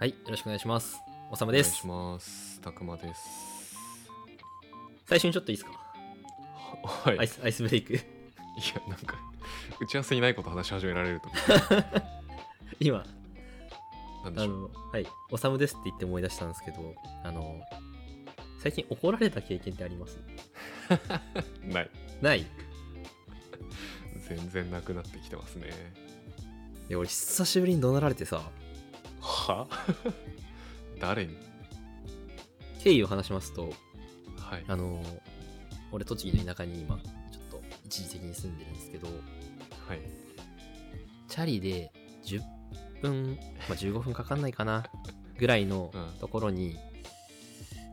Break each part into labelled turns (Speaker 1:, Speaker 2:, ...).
Speaker 1: はい、よろしくお願いします。おさ
Speaker 2: お
Speaker 1: むです。
Speaker 2: 願いします。たくまです。
Speaker 1: 最初にちょっといいですか、
Speaker 2: はい。い
Speaker 1: アイスアイスブレイク。
Speaker 2: や、なんか、打ち合わせにないこと話し始められると思
Speaker 1: 今、
Speaker 2: う。なんで
Speaker 1: あ
Speaker 2: しょう。
Speaker 1: の、はい、おさむですって言って思い出したんですけど、あの、最近怒られた経験ってあります
Speaker 2: ない。
Speaker 1: ないい
Speaker 2: 全然なくなってきてますね。
Speaker 1: や、俺久しぶりに怒鳴られてさ、
Speaker 2: は 誰に
Speaker 1: 経緯を話しますと、
Speaker 2: はい。
Speaker 1: あの、俺栃木の田舎に今、ちょっと一時的に住んでるんですけど、
Speaker 2: はい。
Speaker 1: チャリで10分、まあ、15分かかんないかなぐらいの
Speaker 2: うん
Speaker 1: ところに、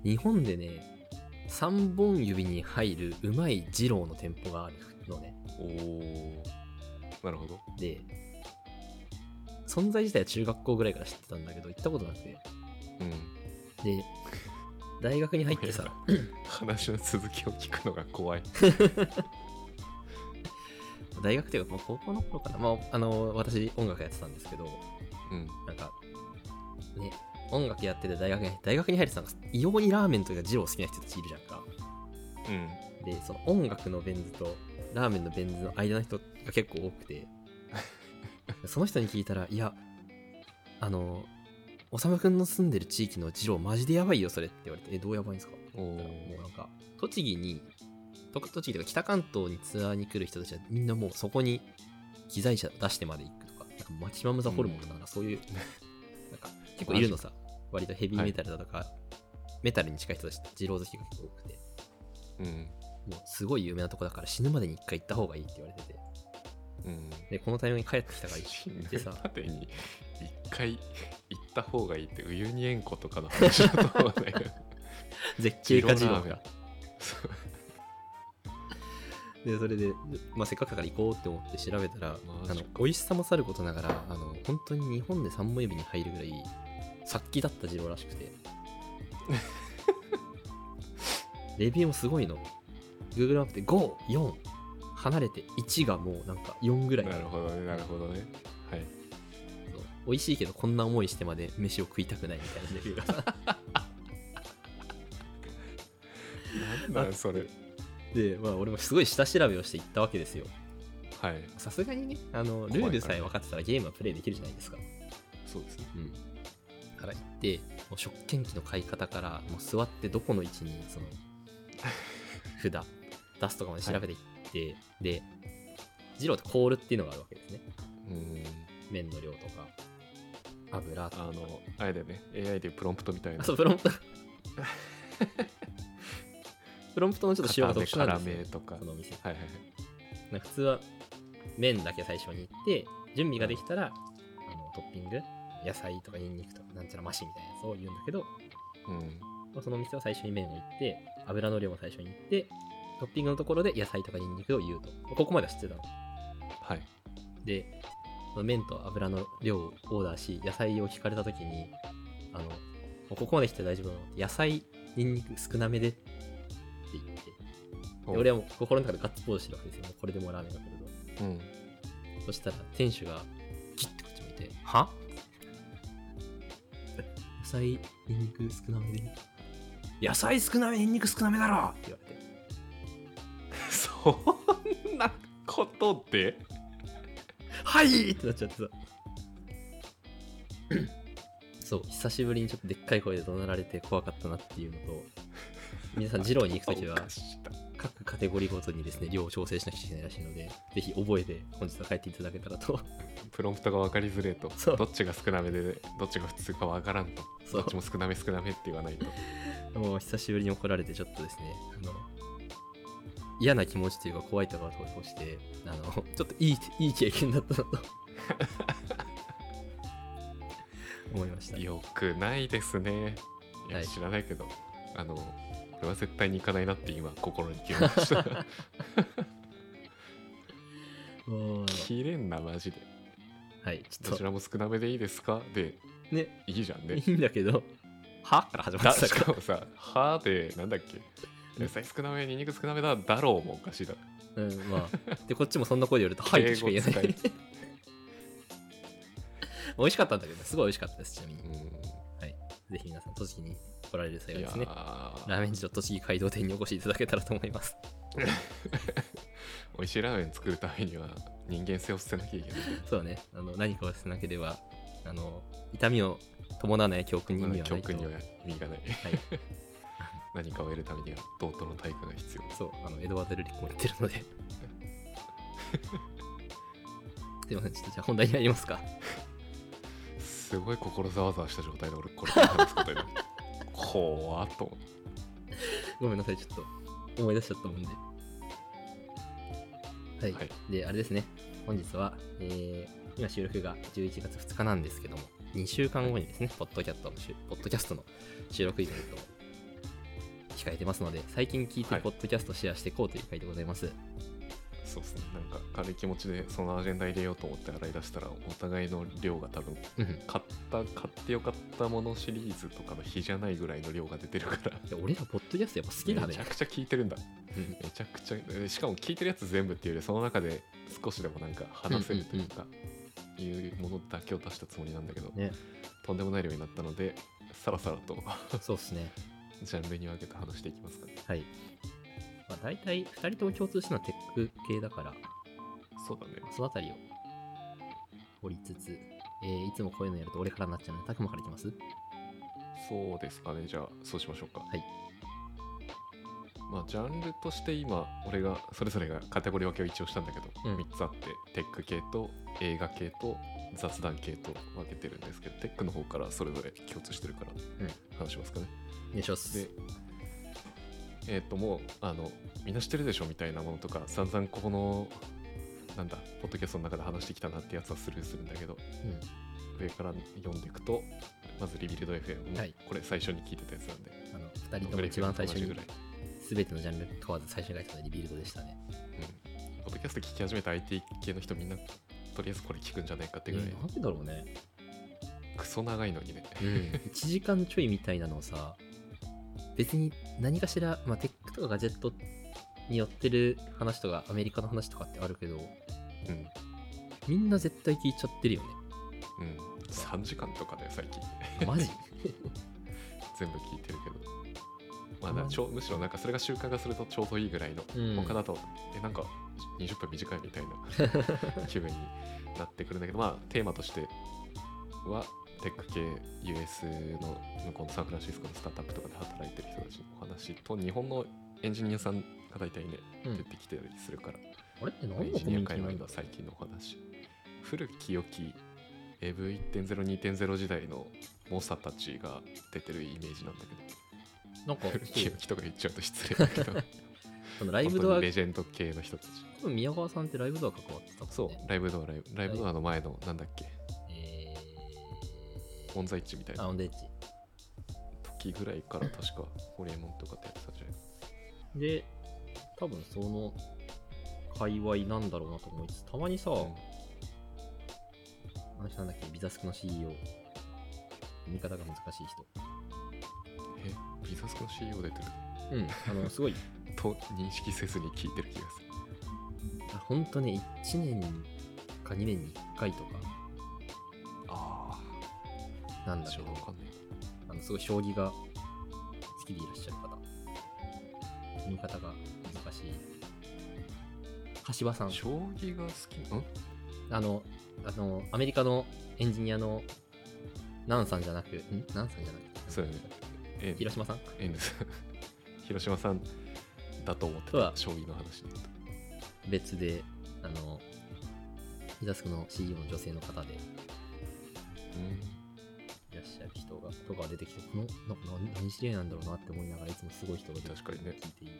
Speaker 1: 日本でね3本指に入るうまい二郎の店舗があるのね
Speaker 2: おお。なるほど。
Speaker 1: で存在自体は中学校ぐらいから知ってたんだけど行ったことなくて
Speaker 2: うん。
Speaker 1: で大学に入ってさ
Speaker 2: 話の続きを聞くの が怖い。
Speaker 1: 大学っていうか、まあ、高校の頃かな、まあ、あの私音楽やってたんですけど
Speaker 2: うん。
Speaker 1: なんかね音楽やってて大学に大学に入るとなんか異様にラーメンというか二郎好きな人たちいるじゃんか
Speaker 2: うん。
Speaker 1: でその音楽のベン図とラーメンのベン図の間の人が結構多く てその人に聞いたら「いやあのおさむくんの住んでる地域の二郎マジでやばいよそれ」って言われて「えどうやばいんですか?」
Speaker 2: おお。
Speaker 1: もうなんか栃木にとか栃木とか北関東にツアーに来る人たちはみんなもうそこに機材車出してまで行くとかなんかマキシマム・ザ・ホルモンとかなんかそういう、なんか結構いる のさ割とヘビーメタルだとか、メタルに近い人たち二郎好きが結構多くて
Speaker 2: うん。
Speaker 1: もうすごい有名なとこだから死ぬまでに一回行った方がいいって言われてて。
Speaker 2: うん。
Speaker 1: で、このタイミングに帰ってきたから
Speaker 2: 死
Speaker 1: 行
Speaker 2: ぬ
Speaker 1: ってさ、
Speaker 2: までに一回行った方がいいってウユニ塩湖とかの話だと思うんだけど
Speaker 1: 絶景か二郎
Speaker 2: 二郎ラ
Speaker 1: が。で、それで、まあ、せっかくだから行こうって思って調べたら、
Speaker 2: マジか
Speaker 1: あの美味しさもさることながら、あの本当に日本で三本指に入るぐらい、殺気だった二郎らし くて。レビューもすごいの。Google マップで5、4、離れて1がもうなんか4ぐらい。
Speaker 2: なるほどねなるほどねはい
Speaker 1: そう美味しいけどこんな思いしてまで飯を食いたくないみたいなレビューが さ
Speaker 2: なんなんそれ
Speaker 1: で、まあ、俺もすごい下調べをしていったわけですよ。
Speaker 2: はい
Speaker 1: さすがにね、あのルールさえ分かってたらゲームはプレイできるじゃないですか。
Speaker 2: そうですね
Speaker 1: うん。から行って、もう食券機の買い方から、もう座ってどこの位置に、その、札、出すとかまで調べていって、で、ジローってコールっていうのがあるわけですね。
Speaker 2: うん
Speaker 1: 麺の量とか、油とか。
Speaker 2: あのあれだよね AI でプロンプトみたい
Speaker 1: あ、
Speaker 2: な
Speaker 1: そう、プロンプ ト。プロンプトのちょっと仕様が
Speaker 2: 固め
Speaker 1: 特殊なん
Speaker 2: 辛
Speaker 1: ですよ
Speaker 2: め。とかは
Speaker 1: こ
Speaker 2: い
Speaker 1: のお店。
Speaker 2: はいはい
Speaker 1: なんか普通は麺だけ最初に行って準備ができたら、あのトッピング野菜とかニンニクとかなんちゃらマシみたいなやつを言うんだけど
Speaker 2: うん
Speaker 1: まあその店は最初に麺を行って油の量も最初に行ってトッピングのところで野菜とかニンニクを言うとここまでは知ってたの
Speaker 2: はい
Speaker 1: でその麺と油の量をオーダーし野菜を聞かれた時にあのもうここまで来て大丈夫なの野菜ニンニク少なめでって言ってで俺はもう心の中でガッツポーズしてるわけですよもうこれでもうラーメンが来ると
Speaker 2: うん
Speaker 1: そしたら店主がキッてこっち向いて「は野菜ニンニク少なめで野菜少なめニンニク少なめだろ!」って言われて
Speaker 2: そんなことで
Speaker 1: 「はい!」ってなっちゃってさ そう久しぶりにちょっとでっかい声で怒鳴られて怖かったなっていうのと皆さん二郎に行く時 は
Speaker 2: おかしいな
Speaker 1: 各カテゴリーごとにですね量を調整しなきゃいけないらしいのでぜひ覚えて本日は帰っていただけたら と
Speaker 2: プロンプトが分かりづれえと
Speaker 1: そう
Speaker 2: どっちが少なめでどっちが普通か分からんと
Speaker 1: そ
Speaker 2: ど
Speaker 1: う
Speaker 2: っちも少なめ少なめって言わないと
Speaker 1: もう久しぶりに怒られてちょっとですねあの嫌な気持ちというか怖いところを通してあの ちょっといいいい経験だったなと 思いました
Speaker 2: よくないですね。いや、
Speaker 1: はい
Speaker 2: 知らないけど、あの、これは絶対に行かないなって今、心に決めま した。
Speaker 1: もう
Speaker 2: 切れんな、マジで。
Speaker 1: はいちょ
Speaker 2: ど
Speaker 1: っ
Speaker 2: ち
Speaker 1: と
Speaker 2: らも少なめでいいですかで、
Speaker 1: ね
Speaker 2: いいじゃんね。
Speaker 1: いいんだけど「は?」から始ま
Speaker 2: だ
Speaker 1: ってた
Speaker 2: し
Speaker 1: から
Speaker 2: かもさ、歯で、なんだっけ、野菜少なめ、ニンニク少なめだ、だろうもおかしいだろ。
Speaker 1: うんまあでこっちもそんな声で言われると「はい」としか言えな
Speaker 2: 敬
Speaker 1: い
Speaker 2: 語
Speaker 1: 美味しかったんだけどねすごい美味しかったですちなみに
Speaker 2: うん、
Speaker 1: ぜひ皆さん、栃木に来られる際はいで
Speaker 2: や
Speaker 1: すね、
Speaker 2: ー
Speaker 1: ラーメン二郎栃木街道店にお越しいただけたらと思います。
Speaker 2: 美味しいラーメン作るためには人間性を捨てなきゃいけない。
Speaker 1: そうね、あの何かをせなければ、あの痛みを伴わない教訓に意味はな
Speaker 2: 教
Speaker 1: いと。
Speaker 2: 訓には意味がない。
Speaker 1: はい、
Speaker 2: 何かを得るためには同等の体育が必要。
Speaker 1: そう、あのエドワード・ルリックも言ってるの で。すいません、ちょっとじゃあ本題に入りますか。
Speaker 2: すごい心ざわざわした状態で俺これから話すことになる。怖っと思って。
Speaker 1: ごめんなさい、ちょっと思い出しちゃったもんで。はい。
Speaker 2: はい
Speaker 1: で、あれですね、本日は、えー今収録が11月2日なんですけども、2週間後にですね、ポッドキャストのしゅ、ポッドキャストの収録イベントを控えてますので、最近聞いて
Speaker 2: はい
Speaker 1: ポッドキャストシェアしていこうという回でございます。
Speaker 2: そうですね。なんか軽い気持ちでそのアジェンダ入れようと思って洗い出したらお互いの量が多分
Speaker 1: うん。い
Speaker 2: 買った買ってよかったものシリーズとかの比じゃないぐらいの量が出てるから。
Speaker 1: や俺らポッドキャストやっぱ好きだね
Speaker 2: めちゃ。くちゃ聞いてるんだ。
Speaker 1: うん
Speaker 2: めちゃくちゃえしかも聞いてるやつ全部っていうよりその中で少しでもなんか話せるというか、いうものだけを出したつもりなんだけど、
Speaker 1: ね
Speaker 2: とんでもない量になったのでさらさらと
Speaker 1: そうっすね。
Speaker 2: ジャンルに分けて話していきますかね
Speaker 1: はい。まあ、大体、2人とも共通したのはテック系だから、
Speaker 2: そうだね
Speaker 1: そのあたりを掘りつつ、えーいつもこういうのやると俺からになっちゃうので、たくまからいきます
Speaker 2: そうですかねじゃあそうしましょうか
Speaker 1: はい
Speaker 2: まあジャンルとして今俺がそれぞれがカテゴリー分けを一応したんだけど、
Speaker 1: うん
Speaker 2: 3つあってテック系と映画系と雑談系と分けてるんですけどテックの方からそれぞれ共通してるから
Speaker 1: ん
Speaker 2: 話しますかね、
Speaker 1: お願いします。
Speaker 2: でえっ、ともうあのみんな知ってるでしょみたいなものとか散々ここのなんだポッドキャストの中で話してきたなってやつはスルーするんだけど
Speaker 1: うん
Speaker 2: 上から読んでいくとまずリビルド FM、
Speaker 1: はい
Speaker 2: これ最初に聞いてたやつなんで
Speaker 1: あの2人とも一番最初
Speaker 2: 同じ
Speaker 1: に
Speaker 2: ぐらい、
Speaker 1: 全てのジャンル問わず最初に書いたのリビルドでしたね。
Speaker 2: うん、ポッドキャスト聞き始めた IT 系の人みんなとりあえずこれ聞くんじゃないかってぐらい、
Speaker 1: なんでだろうね。
Speaker 2: クソ長いのにね
Speaker 1: うん、1時間ちょいみたいなのをさ、別に何かしら、まあ、テックとかガジェットに寄ってる話とか、アメリカの話とかってあるけど、
Speaker 2: うん、
Speaker 1: みんな絶対聞いちゃってるよね。
Speaker 2: うん、3時間とかだよ最近
Speaker 1: マジ
Speaker 2: 全部聞いてるけど、まあ、
Speaker 1: うん
Speaker 2: なちょむしろなんかそれが習慣化するとちょうどいいぐらいの、
Speaker 1: うん
Speaker 2: 他だとえなんか20分短いみたい な気分になってくるんだけどまあテーマとしてはテック系 US の向こうのサンフランシスコのスタートアップとかで働いてる人たちのお話と日本のエンジニアさんが大体ね
Speaker 1: うん
Speaker 2: 出てきてたりするから、
Speaker 1: あれって何
Speaker 2: エン
Speaker 1: の
Speaker 2: ジ
Speaker 1: コミュ
Speaker 2: ニア
Speaker 1: ニテ
Speaker 2: 界
Speaker 1: ィな
Speaker 2: 隈
Speaker 1: ん
Speaker 2: の
Speaker 1: だ
Speaker 2: 最近のお話古き良き EV1.02.0 時代の猛者たちが出てるイメージなんだけど
Speaker 1: なんか、
Speaker 2: 古
Speaker 1: そ
Speaker 2: き
Speaker 1: う
Speaker 2: 良きとか言っちゃうと失礼だけど
Speaker 1: そのライ
Speaker 2: 本
Speaker 1: ブ
Speaker 2: 当
Speaker 1: ドア
Speaker 2: にレジェンド系の人たち
Speaker 1: 多分宮川さんってライブドア関わってたもんね。
Speaker 2: そうライブドアライブライブドアの前のなんだっけ
Speaker 1: えー、
Speaker 2: 音在地みたい
Speaker 1: あ、
Speaker 2: な
Speaker 1: オンデッチ。
Speaker 2: 時ぐらいから確かホリエモンとかってやってたじゃない
Speaker 1: で、多分その界隈なんだろうなと思いつつ、たまにさ、
Speaker 2: う
Speaker 1: あの人なんだっけ、ビザスクの CEO。読み方が難しい人。
Speaker 2: んえビザスクの CEO 出てる
Speaker 1: うん、あの、すごい、
Speaker 2: と認識せずに聞いてる気がする
Speaker 1: あほんとね、1年か2年に1回とか
Speaker 2: あ
Speaker 1: なん
Speaker 2: あ
Speaker 1: だ
Speaker 2: ち
Speaker 1: け
Speaker 2: ょ
Speaker 1: ど
Speaker 2: っと、わかんない
Speaker 1: あの、すごい将棋が好きでいらっしゃる方。読み方が難しい。柏さん。
Speaker 2: 将棋が好きうん
Speaker 1: あの、あの、アメリカのエンジニアの、ナンさんじゃなく、んナンさんじゃなく、
Speaker 2: そうだねえ
Speaker 1: 広島さん
Speaker 2: エンです 広島さんだと思って
Speaker 1: そうだ
Speaker 2: た将棋の話で言うと
Speaker 1: 別で、あの、イザスクの CEO の女性の方でいらっしゃる人が、とか出てきて、この、なんか何何知り合いなんだろうなって思いながらいつもすごい人が出て
Speaker 2: うん
Speaker 1: きて
Speaker 2: 確かにね
Speaker 1: 聞いていい。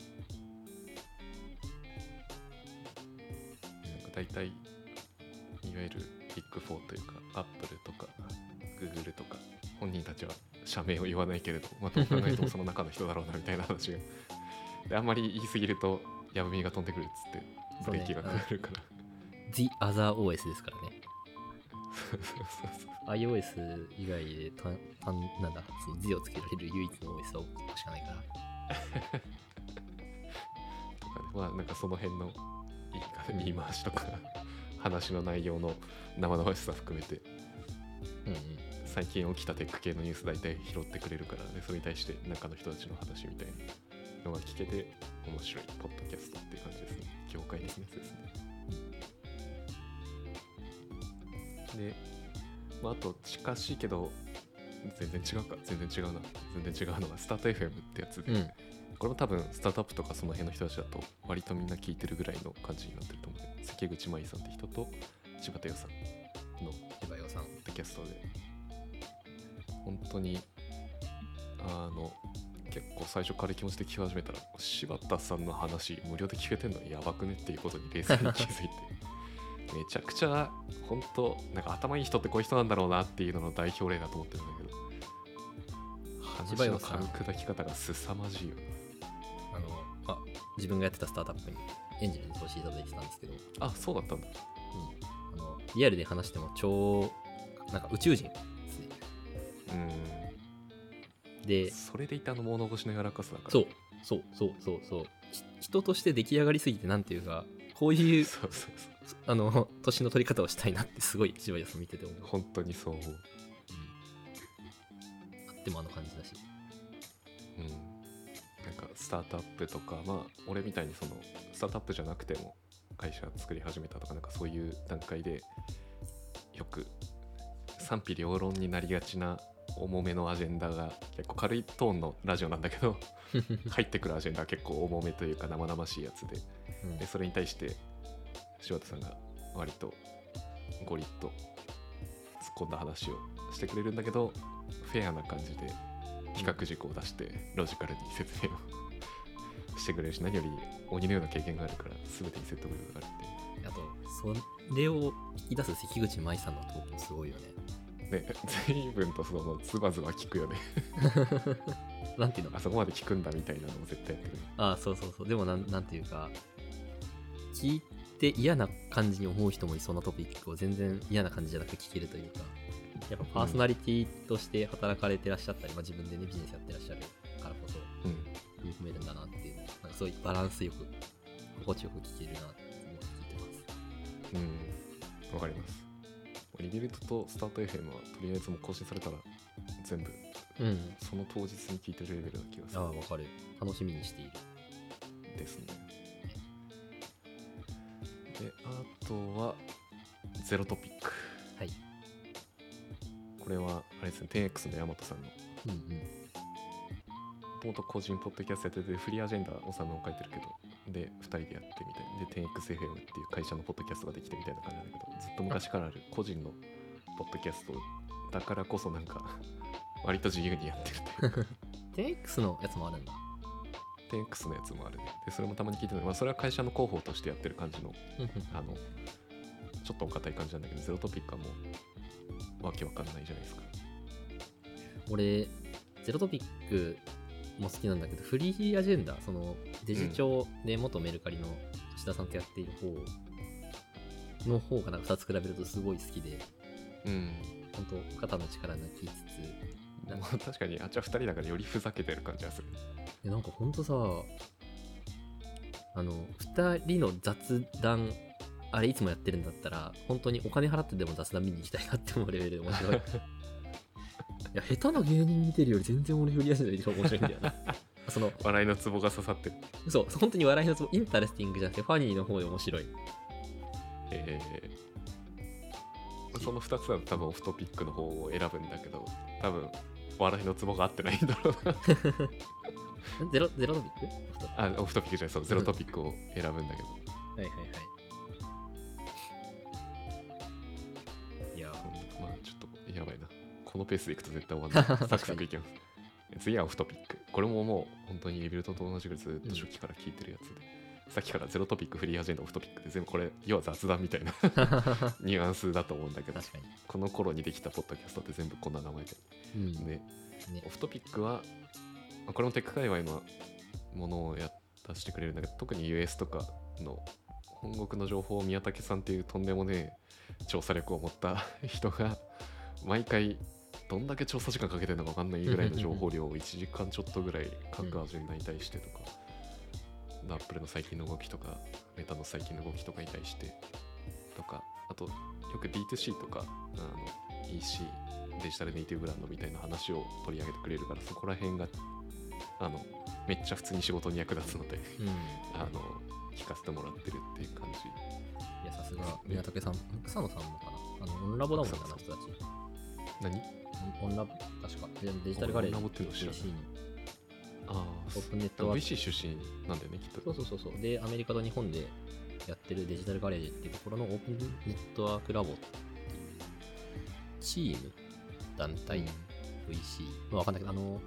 Speaker 2: なんか大体いわゆるビッグフォーというかアップルとかグーグルとか本人たちは社名を言わないけれど、まあ、どう考えてもその中の人だろうなみたいな 話がであんまり言い過ぎるとヤブみが飛んでくるっつってブレーキがかかるから
Speaker 1: The Other OS ですからね。
Speaker 2: そうそうそう
Speaker 1: iOS 以外で、たんたんなんだ、その Z をつけられる唯一の OS はここしかないから。
Speaker 2: とかねまあなんかその辺の言い方言い回しとか話の内容の生々しさ含めて
Speaker 1: うんうん。
Speaker 2: 最近起きたテック系のニュース大体拾ってくれるからでそれに対して中の人たちの話みたいなのが聞けて面白いポッドキャストっていう感じで すね業界のやつですねで、まあ、あと近しいけど全然違うか全然違うな全然違うのがスタート FM ってやつで、
Speaker 1: うん。
Speaker 2: これも多分スタートアップとかその辺の人たちだと割とみんな聞いてるぐらいの感じになってると思う関口舞さんって人と柴田洋さんの
Speaker 1: 千葉洋さん。
Speaker 2: ポッドキャストで本当にあの結構最初軽い気持ちで聞き始めたら柴田さんの話無料で聞けてんのやばくねっていうことに冷静に気づいて めちゃくちゃ本当なんか頭いい人ってこういう人なんだろうなっていうのの代表例だと思ってるんだけど
Speaker 1: 千葉
Speaker 2: 話
Speaker 1: 洋
Speaker 2: の
Speaker 1: さん
Speaker 2: 軽砕き方が凄まじいよね
Speaker 1: あの、まあ、自分がやってたスタートアップにエンジニアに投資いただいてたんですけど、
Speaker 2: あそうだったんだ
Speaker 1: あのリアルで話しても超、なんか宇宙人ですね。
Speaker 2: うん
Speaker 1: で、
Speaker 2: それでいたあの物腰の柔らかさだから
Speaker 1: そう、そう、そう、そう、そう。ひ人として出来上がりすぎて、なんていうか、こうい う、
Speaker 2: そうそうそう
Speaker 1: あの、年の取り方をしたいなって、すごい千葉洋さん見てて思う。
Speaker 2: 本当にそう思う
Speaker 1: あってもあの感じだし。
Speaker 2: うん、なんかスタートアップとかまあ俺みたいにそのスタートアップじゃなくても会社作り始めたとかなんかそういう段階でよく賛否両論になりがちな重めのアジェンダが結構軽いトーンのラジオなんだけど入ってくるアジェンダは結構重めというか生々しいやつで
Speaker 1: うん
Speaker 2: でそれに対して柴田さんが割とゴリッと突っ込んだ話をしてくれるんだけどフェアな感じで比較軸を出してロジカルに説明を してくれるし何より鬼のような経験があるから全てに説得力があるっていう。
Speaker 1: あと、それを引き出す関口舞さんの投稿すごいよね。
Speaker 2: ね、随分とそのズバズバ聞くよね
Speaker 1: なんていうの
Speaker 2: あそこまで聞くんだみたいなのを絶対やってくれる
Speaker 1: ああそうそうそうでもなんなんていうか聞いて嫌な感じに思う人もいそうなトピックを全然嫌な感じじゃなく聞けるというかやっぱパーソナリティとして働かれてらっしゃったり、まあ、自分でねビジネスやってらっしゃるからこそ
Speaker 2: うん
Speaker 1: 組み込めるんだなっていうなんかそういうバランスよく心地よく聞けるなって思って聞いてます
Speaker 2: うん、わかります。リビルトとスタート FM はとりあえずもう更新されたら全部
Speaker 1: うん
Speaker 2: その当日に聞いてるレベルな気がす
Speaker 1: あ
Speaker 2: る
Speaker 1: あわかる楽しみにしている
Speaker 2: ですね。で、あとはゼロトピック。
Speaker 1: はい
Speaker 2: これはあれですね、10X の大和さんの
Speaker 1: うんうん
Speaker 2: 元個人ポッドキャストやっててフリーアジェンダおさんも書いてるけどで2人でやってみたいで 10XFM っていう会社のポッドキャストができてみたいな感じなんだけどずっと昔からある個人のポッドキャストだからこそなんか割と自由にやってるというか
Speaker 1: 10X のやつもあるんだ
Speaker 2: 10X のやつもあるねでそれもたまに聞いてるのまあ、それは会社の広報としてやってる感じのあのちょっとお堅い感じなんだけどゼロトピックはもうわけわかんないじゃないですか
Speaker 1: 俺ゼロトピックも好きなんだけどフリーアジェンダそのデジ庁で元メルカリの橋田さんとやっている方の方がなんか2つ比べるとすごい好きで
Speaker 2: うん
Speaker 1: 本当肩の力抜きつつ
Speaker 2: まあ 確かにあっちは2人だからよりふざけてる感じがする
Speaker 1: でなんか本当さあの2人の雑談あれいつもやってるんだったら本当にお金払ってでも雑談見に行きたいなって思うレベルで面白いいや下手な芸人見てるより全然俺フリーアジェンダ見てる方が面白いんだよなその
Speaker 2: 笑いのツボが刺さってる
Speaker 1: そう、本当に笑いのツボ、インタレスティングじゃなくて、ファニーの方で面白い。
Speaker 2: えーその2つだと多分オフトピックの方を選ぶんだけど多分笑いのツボが合ってないんだろうな
Speaker 1: ゼロ、ゼロトピックは
Speaker 2: あオフトピックじゃないそうゼロトピックを選ぶんだけど
Speaker 1: いはいはい。いや
Speaker 2: うんまあちょっとやばいなこのペースでいくと絶対終わんないサクサクいきます次はオフトピックこれももう本当にリビルトと同じぐらいずっと初期から聞いてるやつで、さっきからゼロトピックフリーアジェンダオフトピックで全部これ要は雑談みたい な
Speaker 1: ー、確か
Speaker 2: ニュアンスだと思うんだけど
Speaker 1: に。
Speaker 2: この頃にできたポッドキャストって全部こんな名前で
Speaker 1: うん。ね。
Speaker 2: ねオフトピックは、まあこれもテック界隈のものをやったしてくれるんだけど、特に US とかの本国の情報を宮武さんっていうとんでもねえ調査力を持った 人が、毎回、どんだけ調査時間かけてるのか分かんないぐらいの情報量を1時間ちょっとぐらい各アジェンダに対してとか、アップルの最近の動きとか、メタの最近の動きとかに対してとか、あと、よく D2C とか、あの EC デジタルネイティブブランドみたいな話を取り上げてくれるからそこら辺があのめっちゃ普通に仕事に役立つので
Speaker 1: うん、い
Speaker 2: あの聞かせてもらってるっていう感じ
Speaker 1: やさすが宮武さん草野さんもかなあのオンラボだもんなあ
Speaker 2: 草
Speaker 1: の
Speaker 2: 野
Speaker 1: 人たち
Speaker 2: 何
Speaker 1: オンオンラボ確かデデジタルガレージ
Speaker 2: オンラボっていうの知らない
Speaker 1: VC に
Speaker 2: ああ
Speaker 1: オープンネットワーク
Speaker 2: VC 出身なんだよねきっと
Speaker 1: そうそうそうそうでアメリカと日本でやってるデジタルガレージっていうところのオープンネットワークラボっていうチーム団体 VC、まあ、わかんないけどあの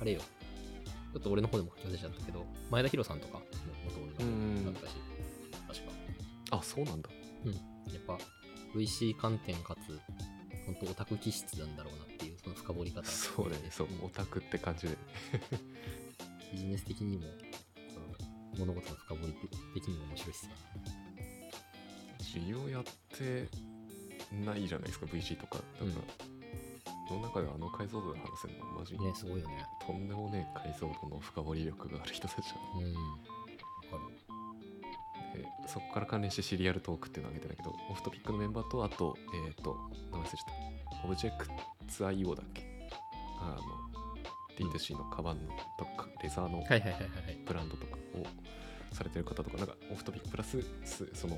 Speaker 1: あれよちょっと俺の方でも書き忘れちゃったけど前田博さんとかも元
Speaker 2: う
Speaker 1: 俺の
Speaker 2: ん
Speaker 1: だったし確か
Speaker 2: あそうなんだ
Speaker 1: やっぱ VC 観点かつ本当オタク気質なんだろうなっていうその深掘り方
Speaker 2: そうだねそうオタクって感じで
Speaker 1: ビジネス的にもその物事の深掘り的にも面白いっすよね
Speaker 2: 需要やってないじゃないですか VC とかだか
Speaker 1: う
Speaker 2: ら、
Speaker 1: ん
Speaker 2: その中であの解像度で話せるのはマジ、
Speaker 1: ねすごいよね
Speaker 2: とんでもねえ解像度の深掘り力がある人たちな
Speaker 1: うんわかる
Speaker 2: のでそこから関連してシリアルトークっていうのを挙げてたけどオフトピックのメンバーとあとえっ、と名前忘れちゃったオブジェクツ IO だっけあの D2C のカバンのとかレザーの
Speaker 1: はいはいはいはいはい。
Speaker 2: ブランドとかをされてる方とかなんかオフトピックプラスすその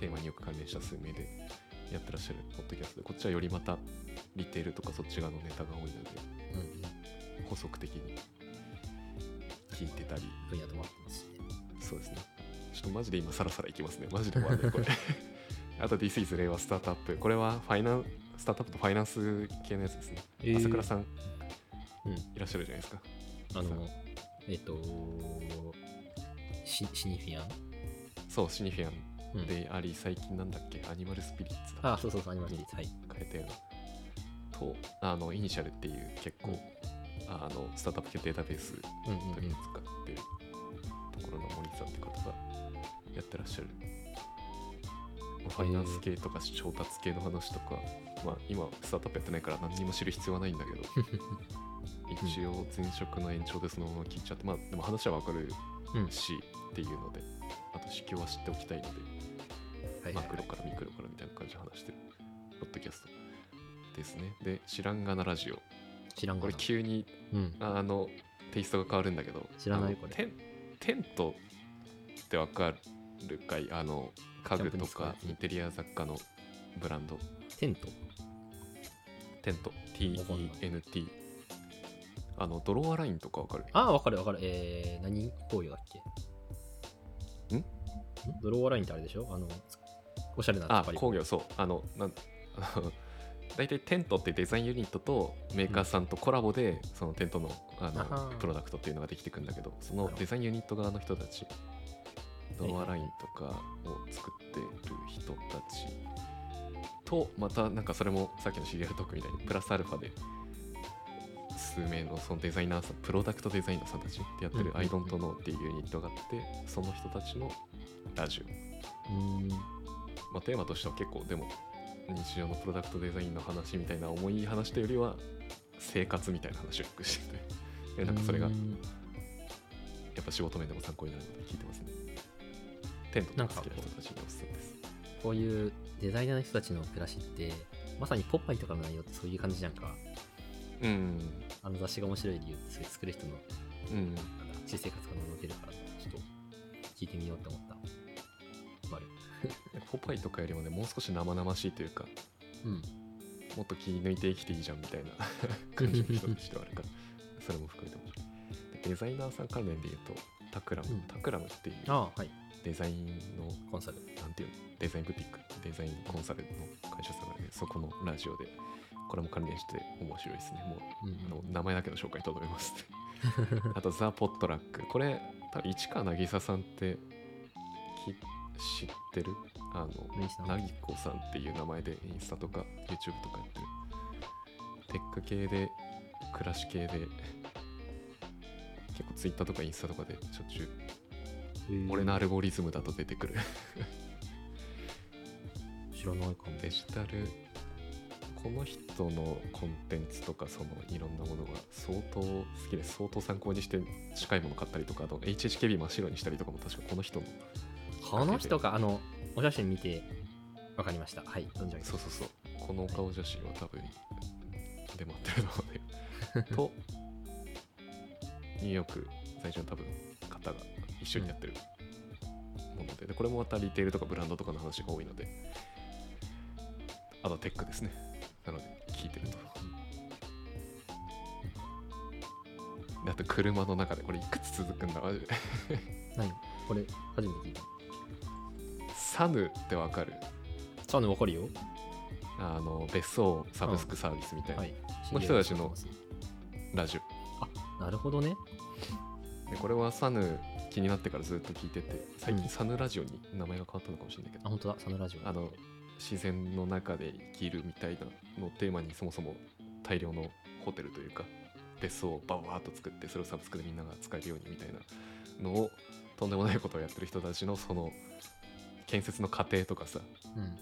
Speaker 2: テーマによく関連した数名でやってらっしゃるポッドキャストでこっちはよりまたリテールとかそっち側のネタが多いので
Speaker 1: うん、
Speaker 2: 補足的に聞いてたり
Speaker 1: 分野とも合ってますしね。
Speaker 2: そうですねちょっとマジで今さらさらいきますねマジで終わる これあと This is 令和スタートアップこれはファイナンスタートアップとファイナンス系のやつですね、朝倉さ
Speaker 1: う
Speaker 2: ん
Speaker 1: ん、
Speaker 2: いらっしゃるじゃないですか
Speaker 1: あの、えっ、とシ、シニフィアン、
Speaker 2: そうシニフィア
Speaker 1: う
Speaker 2: ン
Speaker 1: ん、
Speaker 2: であり最近なんだっけアニマルスピリッツだっけ
Speaker 1: あ、そうそうそう、アニマルスピリッツ。はい。
Speaker 2: 変えたようなとあのイニシャルっていう結構、
Speaker 1: うん
Speaker 2: あのスタートアップ系データベースと
Speaker 1: うん
Speaker 2: かに使ってるところの森さんって方がやってらっしゃる、ファイナンス系とか調達系の話とか、まあ、今スタートアップやってないから何にも知る必要はないんだけど 一応前職の延長でそのまま聞いちゃってまあでも話はわかる
Speaker 1: うんうん。
Speaker 2: しっていうのであと市況は知っておきたいので
Speaker 1: はいは
Speaker 2: マ
Speaker 1: い
Speaker 2: クロからミクロからみたいな感じで話してるポッドキャストですね。で、知らんがなラジオ。
Speaker 1: 知らん
Speaker 2: こ
Speaker 1: が
Speaker 2: れ
Speaker 1: な。
Speaker 2: 急に
Speaker 1: うん。
Speaker 2: あのテイストが変わるんだけど、
Speaker 1: 知らない
Speaker 2: あの
Speaker 1: これ
Speaker 2: テンテントってわかるかいあの家
Speaker 1: キャン
Speaker 2: 具
Speaker 1: プ
Speaker 2: と
Speaker 1: に使うや
Speaker 2: か
Speaker 1: つ
Speaker 2: インテリア雑貨のブランド、
Speaker 1: テント。
Speaker 2: テント、
Speaker 1: わかんない
Speaker 2: TENT。あの、ドロワラインとかわかる
Speaker 1: あー、わかるわかる。えー、何工業だっけ
Speaker 2: ん
Speaker 1: ドローアラインってあれでしょあの、おしゃれな
Speaker 2: あ
Speaker 1: パリコ
Speaker 2: 工業そうあのなん 大体テントってデザインユニットとメーカーさんとコラボでそのテントのあ
Speaker 1: あは
Speaker 2: の
Speaker 1: ー
Speaker 2: プロダクトっていうのができてくんだけどその
Speaker 1: なるほど
Speaker 2: デザインユニット側の人たちド
Speaker 1: はい
Speaker 2: ロアラインとかを作ってる人たちとまたなんかそれもさっきのシリアルトークみたいにプラスアルファで数名のそのデザイナーさんプロダクトデザイナーさんたちってやっ
Speaker 1: う
Speaker 2: て
Speaker 1: んうん
Speaker 2: る
Speaker 1: うん
Speaker 2: 「I don't know」っていうユニットがあってその人たちのラジ
Speaker 1: う
Speaker 2: オ
Speaker 1: ーん。
Speaker 2: まあ、テーマとしては結構でも日常のプロダクトデザインの話みたいな重い話というよりは生活みたいな話をよくして てでなんかそれが
Speaker 1: う
Speaker 2: や
Speaker 1: ん
Speaker 2: っぱ仕事面でも参考になるので聞いてますねテントとか好きな人たちにおすすめです
Speaker 1: こういうデザイナーの人たちの暮らしって、まさにポッパイとかの内容ってそういう感じじゃんか。
Speaker 2: うん
Speaker 1: あの雑誌が面白い理由って、それ作る人の
Speaker 2: うん
Speaker 1: なんだ、私生活から覗けるから、ちょっと聞いてみようって思った。バル。
Speaker 2: ポパイとかよりもねもう少し生々しいというか
Speaker 1: うん。
Speaker 2: もっと気抜いて生きていいじゃんみたい な感じの人としてはあるからそれも含めて面白いでデザイナーさん関連で言うとタクラム、
Speaker 1: うん
Speaker 2: タクラムっていう
Speaker 1: ああ、はい。
Speaker 2: デザインの
Speaker 1: コンサル。
Speaker 2: なんていうのデザインブティックデザインコンサルの会社さんがねそこのラジオでこれも関連して面白いですねも
Speaker 1: う
Speaker 2: う
Speaker 1: ん
Speaker 2: あの名前だけの紹介にとどめます あとザ・ポットラックこれ多分市川渚さんってき知ってるあの
Speaker 1: 何したの
Speaker 2: なぎこさんっていう名前でインスタとか YouTube とかやってるテック系で暮らし系で結構 Twitter とかインスタとかでしょっちゅう俺のアルゴリズムだと出てくる
Speaker 1: 知らないかも。
Speaker 2: デジタルこの人のコンテンツとかそのいろんなものが相当好きで相当参考にして近いもの買ったりとかあと HHKB 真っ白にしたりとかも確かこの人の
Speaker 1: この人か、あの、お写真見て、わかりました。はい、どんじゃけ
Speaker 2: そうそうそうこのお顔写真は多分出回ってると思う ねとニューヨーク最初の多分方が一緒にやってるものででこれもまたリテールとかブランドとかの話が多いのであとはテックですねなので聞いてるとであと車の中でこれいくつ続くんだろう
Speaker 1: 何これ、初めて聞いた。
Speaker 2: サヌってわかる
Speaker 1: サヌわかるよ。
Speaker 2: あの別荘サブスクサービスみたいな
Speaker 1: はい。
Speaker 2: この人たちのラジオ、
Speaker 1: なるほどね。
Speaker 2: でこれはサヌ気になってからずっと聞いてて最
Speaker 1: うん
Speaker 2: 近サヌラジオに名前が変わったのかもしれないけど
Speaker 1: あ、、本当だ、サヌラジオ。
Speaker 2: あの自然の中で生きるみたいなのをテーマにそもそも大量のホテルというか別荘をバワーっと作ってそれをサブスクでみんなが使えるようにみたいなのをとんでもないことをやってる人たちのその建設の過程とかさ
Speaker 1: うん。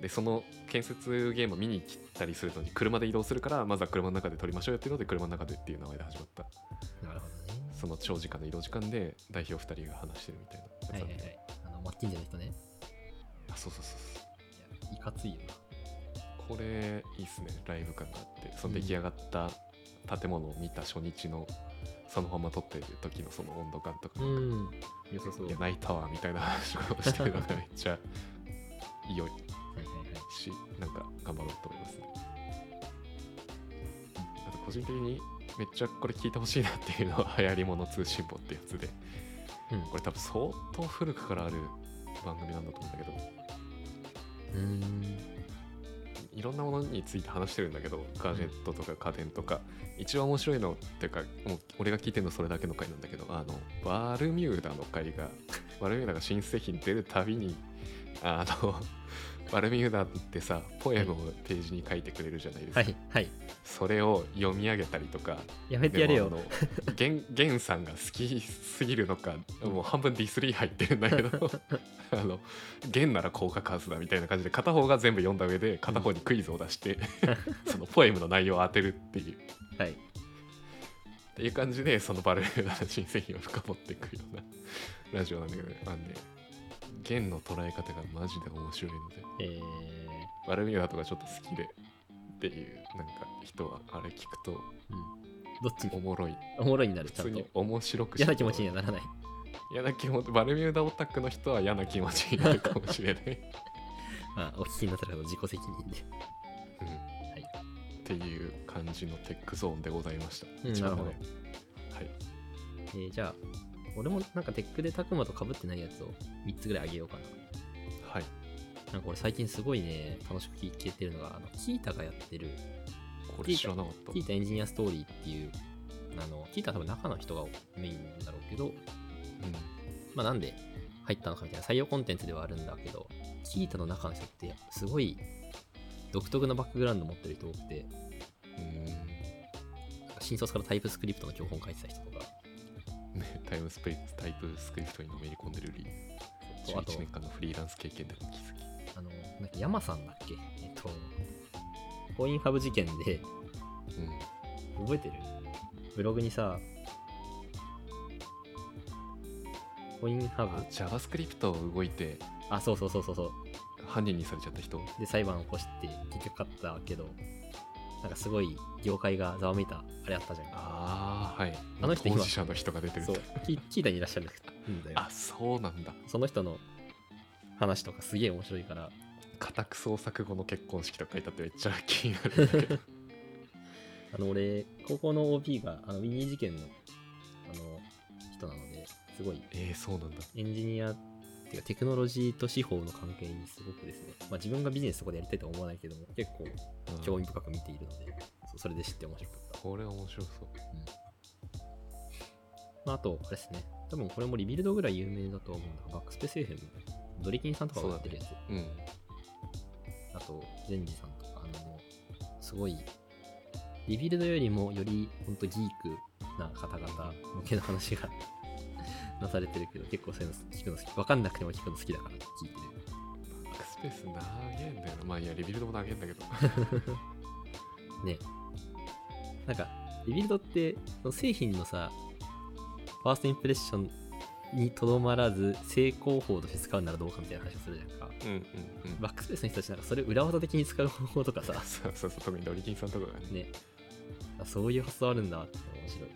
Speaker 2: でその建設ゲームを見に来たりするのに車で移動するからまずは車の中で撮りましょうよっていうので車の中でっていう名前で始まった
Speaker 1: なるほどね。
Speaker 2: その長時間の移動時間で代表2人が話してるみたいな
Speaker 1: はいは
Speaker 2: やつ
Speaker 1: いは
Speaker 2: だった
Speaker 1: い。あの、マッキンゼの人ね。
Speaker 2: あそうそうそうそう
Speaker 1: いやいかついよな。
Speaker 2: これいいっすねライブ感があってその出来上がった建物を見た初日のそのまま撮ってる時のその温度感とか、
Speaker 1: うん。良さそう。
Speaker 2: いや
Speaker 1: はい
Speaker 2: 泣いたわみたいな話をしてるのがめっちゃ良い
Speaker 1: はいはい。
Speaker 2: しなんか頑張ろうと思いますねあと個人的にめっちゃこれ聞いてほしいなっていうのは流行り物通信簿ってやつで
Speaker 1: うん
Speaker 2: これ多分相当古くからある番組なんだと思うんだけど
Speaker 1: うーん。
Speaker 2: いろんなものについて話してるんだけどガジェットとか家電とか、一番面白いのっていうかもう俺が聞いてるのそれだけの回なんだけどあのバルミューダの回 がバルミューダが新製品出るたびにあの バルミューダってさポエムをページに書いてくれるじゃないですか、
Speaker 1: はいはい。
Speaker 2: それを読み上げたりとか
Speaker 1: やめてやれよ
Speaker 2: で。もあのゲンゲンさんが好きすぎるのかもう半分ディスリー入ってるんだ けどあのゲンなら効果数だみたいな感じで片方が全部読んだ上で片方にクイズを出して そのポエムの内容を当てるっていうっ
Speaker 1: はい。
Speaker 2: ていう感じでそのバルベルダの新製品を深掘っていくようなラジオなんだけどねあのねゲンの捉え方がマジで面白いので
Speaker 1: えー、
Speaker 2: バルミューダとかちょっと好きでっていうなんか人はあれ聞くと
Speaker 1: うん。どっち
Speaker 2: お
Speaker 1: も
Speaker 2: もろい
Speaker 1: おもろいになる、
Speaker 2: 普
Speaker 1: ちゃ
Speaker 2: 通
Speaker 1: んと
Speaker 2: に。面白く
Speaker 1: 嫌な気持ち
Speaker 2: い
Speaker 1: にはなら ない。
Speaker 2: 嫌な気持ちバルミューダオタクの人は嫌な気持ちになるかもしれない、
Speaker 1: まあ、お聞きになった方の自己責任で。
Speaker 2: うんっていう感じのテックゾーンでございました、
Speaker 1: うん
Speaker 2: 一番
Speaker 1: なるほど
Speaker 2: ねはい
Speaker 1: えーじゃあ、俺もなんかテックでタクマと被ってないやつを3つぐらいあげようかな。
Speaker 2: はい
Speaker 1: なんか俺最近すごいね、楽しく聞けてるのが、あの、キータがやってる、
Speaker 2: これ知らなかっ
Speaker 1: キータエンジニアストーリーっていう、あの、キータは多分中の人がメインなんだろうけど、
Speaker 2: た、うん、
Speaker 1: まあなんで入ったのかみたいな採用コンテンツではあるんだけど、キータの中の人ってすごい独特なバックグラウンド持ってる人多くて、
Speaker 2: うん
Speaker 1: なんか新卒からタイプスクリプトの教本書いてた人とか、
Speaker 2: ねタイムスペイスタイプスクリプトにのめり込んでる理由
Speaker 1: とあと
Speaker 2: 11、年間のフリーランス経験での気づき
Speaker 1: あの、なんか山さんだっけえっと、コインファブ事件で、
Speaker 2: うん
Speaker 1: 覚えてるブログにさ、コインハブ
Speaker 2: あ JavaScript を動いて
Speaker 1: あ、そうそうそうそうそう。
Speaker 2: 犯人にされちゃった人
Speaker 1: で、裁判を起こして、結局勝ったけど、なんかすごい業界がざわめいた、あれあったじゃん。
Speaker 2: ああはい
Speaker 1: あの人今
Speaker 2: 当事者の人が出てるん
Speaker 1: そ
Speaker 2: だ
Speaker 1: う、キキータにいらっしゃるんだよ。
Speaker 2: あそうなんだ
Speaker 1: その人の話とかすげえ面白いから、
Speaker 2: 家宅捜索後の結婚式とか書いてあってめっちゃ気になるんだ けど
Speaker 1: あの、俺、高校の OB が、あの、ウィニー事件の、あの、人なので、すごい、
Speaker 2: えー、そうなんだ
Speaker 1: エンジニアっていうかテクノロジーと司法の関係にすごくですね、まあ、自分がビジネスとかでやりたいとは思わないけども結構
Speaker 2: うん
Speaker 1: 興味深く見ているので、そうそれで知って面白かった、
Speaker 2: これ面白そう。
Speaker 1: まあ、あとあれですね多分これもリビルドぐらい有名だとは思うんだがバックスペース FM ドリキンさんとかがやってるやつ、
Speaker 2: うん。
Speaker 1: あとゼンジさんとかあのすごいリビルドよりもより本当ギークな方々向けの話が なされてるけど結構そういうの聞くの好き分かんなくても聞くの好きだから聞いてる
Speaker 2: バックスペース長えんだよな。まあいや、リビルドも長えんだけど。
Speaker 1: ねなんかリビルドってその製品のさファーストインプレッションにとどまらず成功法として使うならどうかみたいな話をするじゃんか
Speaker 2: うんうんうん
Speaker 1: バックスペースの人たちなんかそれを裏技的に使う方法とかさ
Speaker 2: そうそうそう特にドリキンさんとかがね
Speaker 1: ねあそういう発想あるんだって面白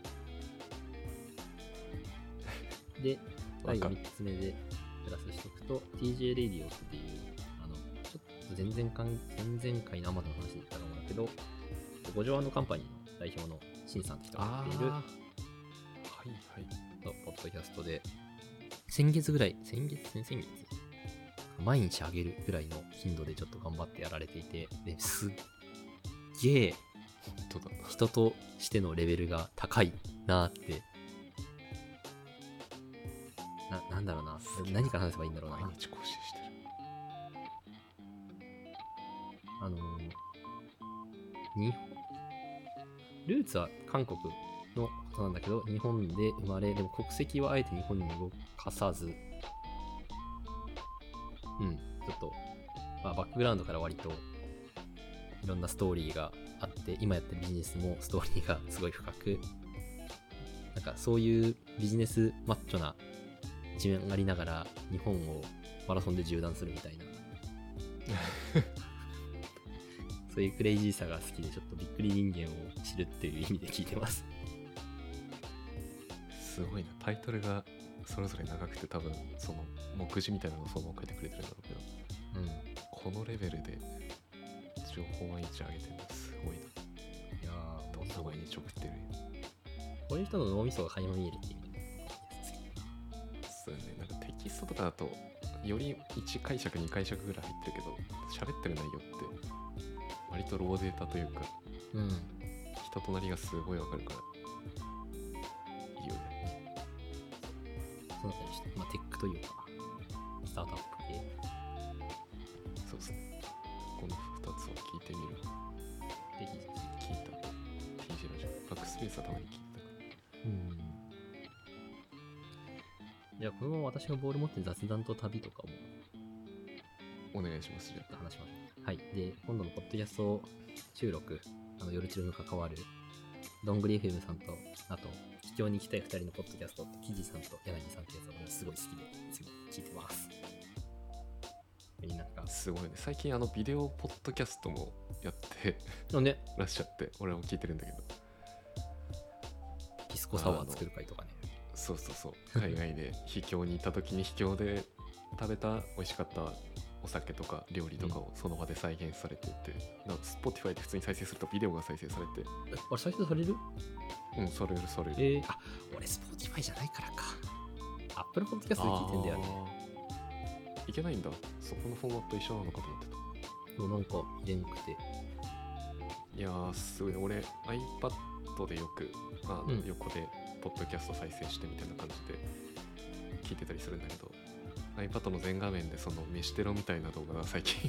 Speaker 1: いで
Speaker 2: わ
Speaker 1: 第
Speaker 2: かる
Speaker 1: 3つ目でプラスしておくと TJ レディオっていうあのちょっと前々回前々回のアマゾンの話に行ったと思うんだけど五条のカンパニーの代表のシンさんって人が
Speaker 2: あ
Speaker 1: やって
Speaker 2: ー
Speaker 1: いる
Speaker 2: はいはい
Speaker 1: のポッドキャストで、先月ぐらい、先月、先々月、毎日あげるぐらいの頻度でちょっと頑張ってやられていて、ですっげえ
Speaker 2: 本当だ
Speaker 1: 人としてのレベルが高いなーって。な、なんだろうな。何から話せばいいんだろう
Speaker 2: 毎
Speaker 1: な。
Speaker 2: 日更新してる
Speaker 1: あのーに、ルーツは韓国のことなんだけど、日本で生まれ、でも国籍はあえて日本に動かさず、うん、ちょっと、まあ、バックグラウンドから割と、いろんなストーリーがあって、今やってるビジネスもストーリーがすごい深く、なんかそういうビジネスマッチョな一面がありながら、日本をマラソンで縦断するみたいな。そういうクレイジーさが好きで、ちょっとびっくり人間を知るっていう意味で聞いてます。
Speaker 2: すごいなタイトルがそれぞれ長くて多分その目次みたいなのをそのまま書いてくれてるんだろうけど
Speaker 1: うん。い
Speaker 2: このレベルで情報毎日上げてるのすごいな
Speaker 1: やー、
Speaker 2: どんな毎日送ってる
Speaker 1: こういう人の脳みそが垣間見えるっていう意味で。
Speaker 2: そうねなんかテキストとかだとより1解釈2解釈ぐらい入ってるけど喋ってる内容って割とローデータというか
Speaker 1: うん。
Speaker 2: 人となりがすごいわかるからいいよね
Speaker 1: そのあたりちょっと、まあ、テックというか、スタートアップ系。
Speaker 2: そうですねこの2つを聞いてみる
Speaker 1: ぜひぜ
Speaker 2: 聞いた TG ラジオバックスペースはたまに聞いてたから
Speaker 1: ひ。うん。いや、このまま私がボール持って雑談と旅とかも
Speaker 2: お願いしますじゃ
Speaker 1: ちょっと話しましょう。はい。で、今度のポッドキャスト収録、あの、夜チルに関わる、どんぐり FM さんと、あと、秘境に行きたい2人のポッドキャスト、キジさんと柳さんってやつを俺はすごい好きで、すごい聞いてます。になんか
Speaker 2: あ、すごいね最近あのビデオポッドキャストもやって
Speaker 1: なんで、
Speaker 2: らっしゃって俺も聞いてるんだけど
Speaker 1: ディスコサワー作る会とかね。
Speaker 2: そうそうそう海 外で秘境に行った時に秘境で食べた美味しかったお酒とか料理とかをその場で再現されてて、なんか Spotify で普通に再生するとビデオが再生されて
Speaker 1: えあれ、最初される
Speaker 2: うんそれるそれる
Speaker 1: えー、あ、俺、スポーティファイじゃないからか。アップルポッドキャストで聞いてんだよね。
Speaker 2: あーいけないんだそこのフォーマット一緒なのかと思ってた
Speaker 1: もうなんか入れにくくて。
Speaker 2: いやーすごいね俺 iPad でよくあの、
Speaker 1: うん
Speaker 2: 横でポッドキャスト再生してみたいな感じで聞いてたりするんだけど iPad の全画面でその飯テロみたいな動画が最近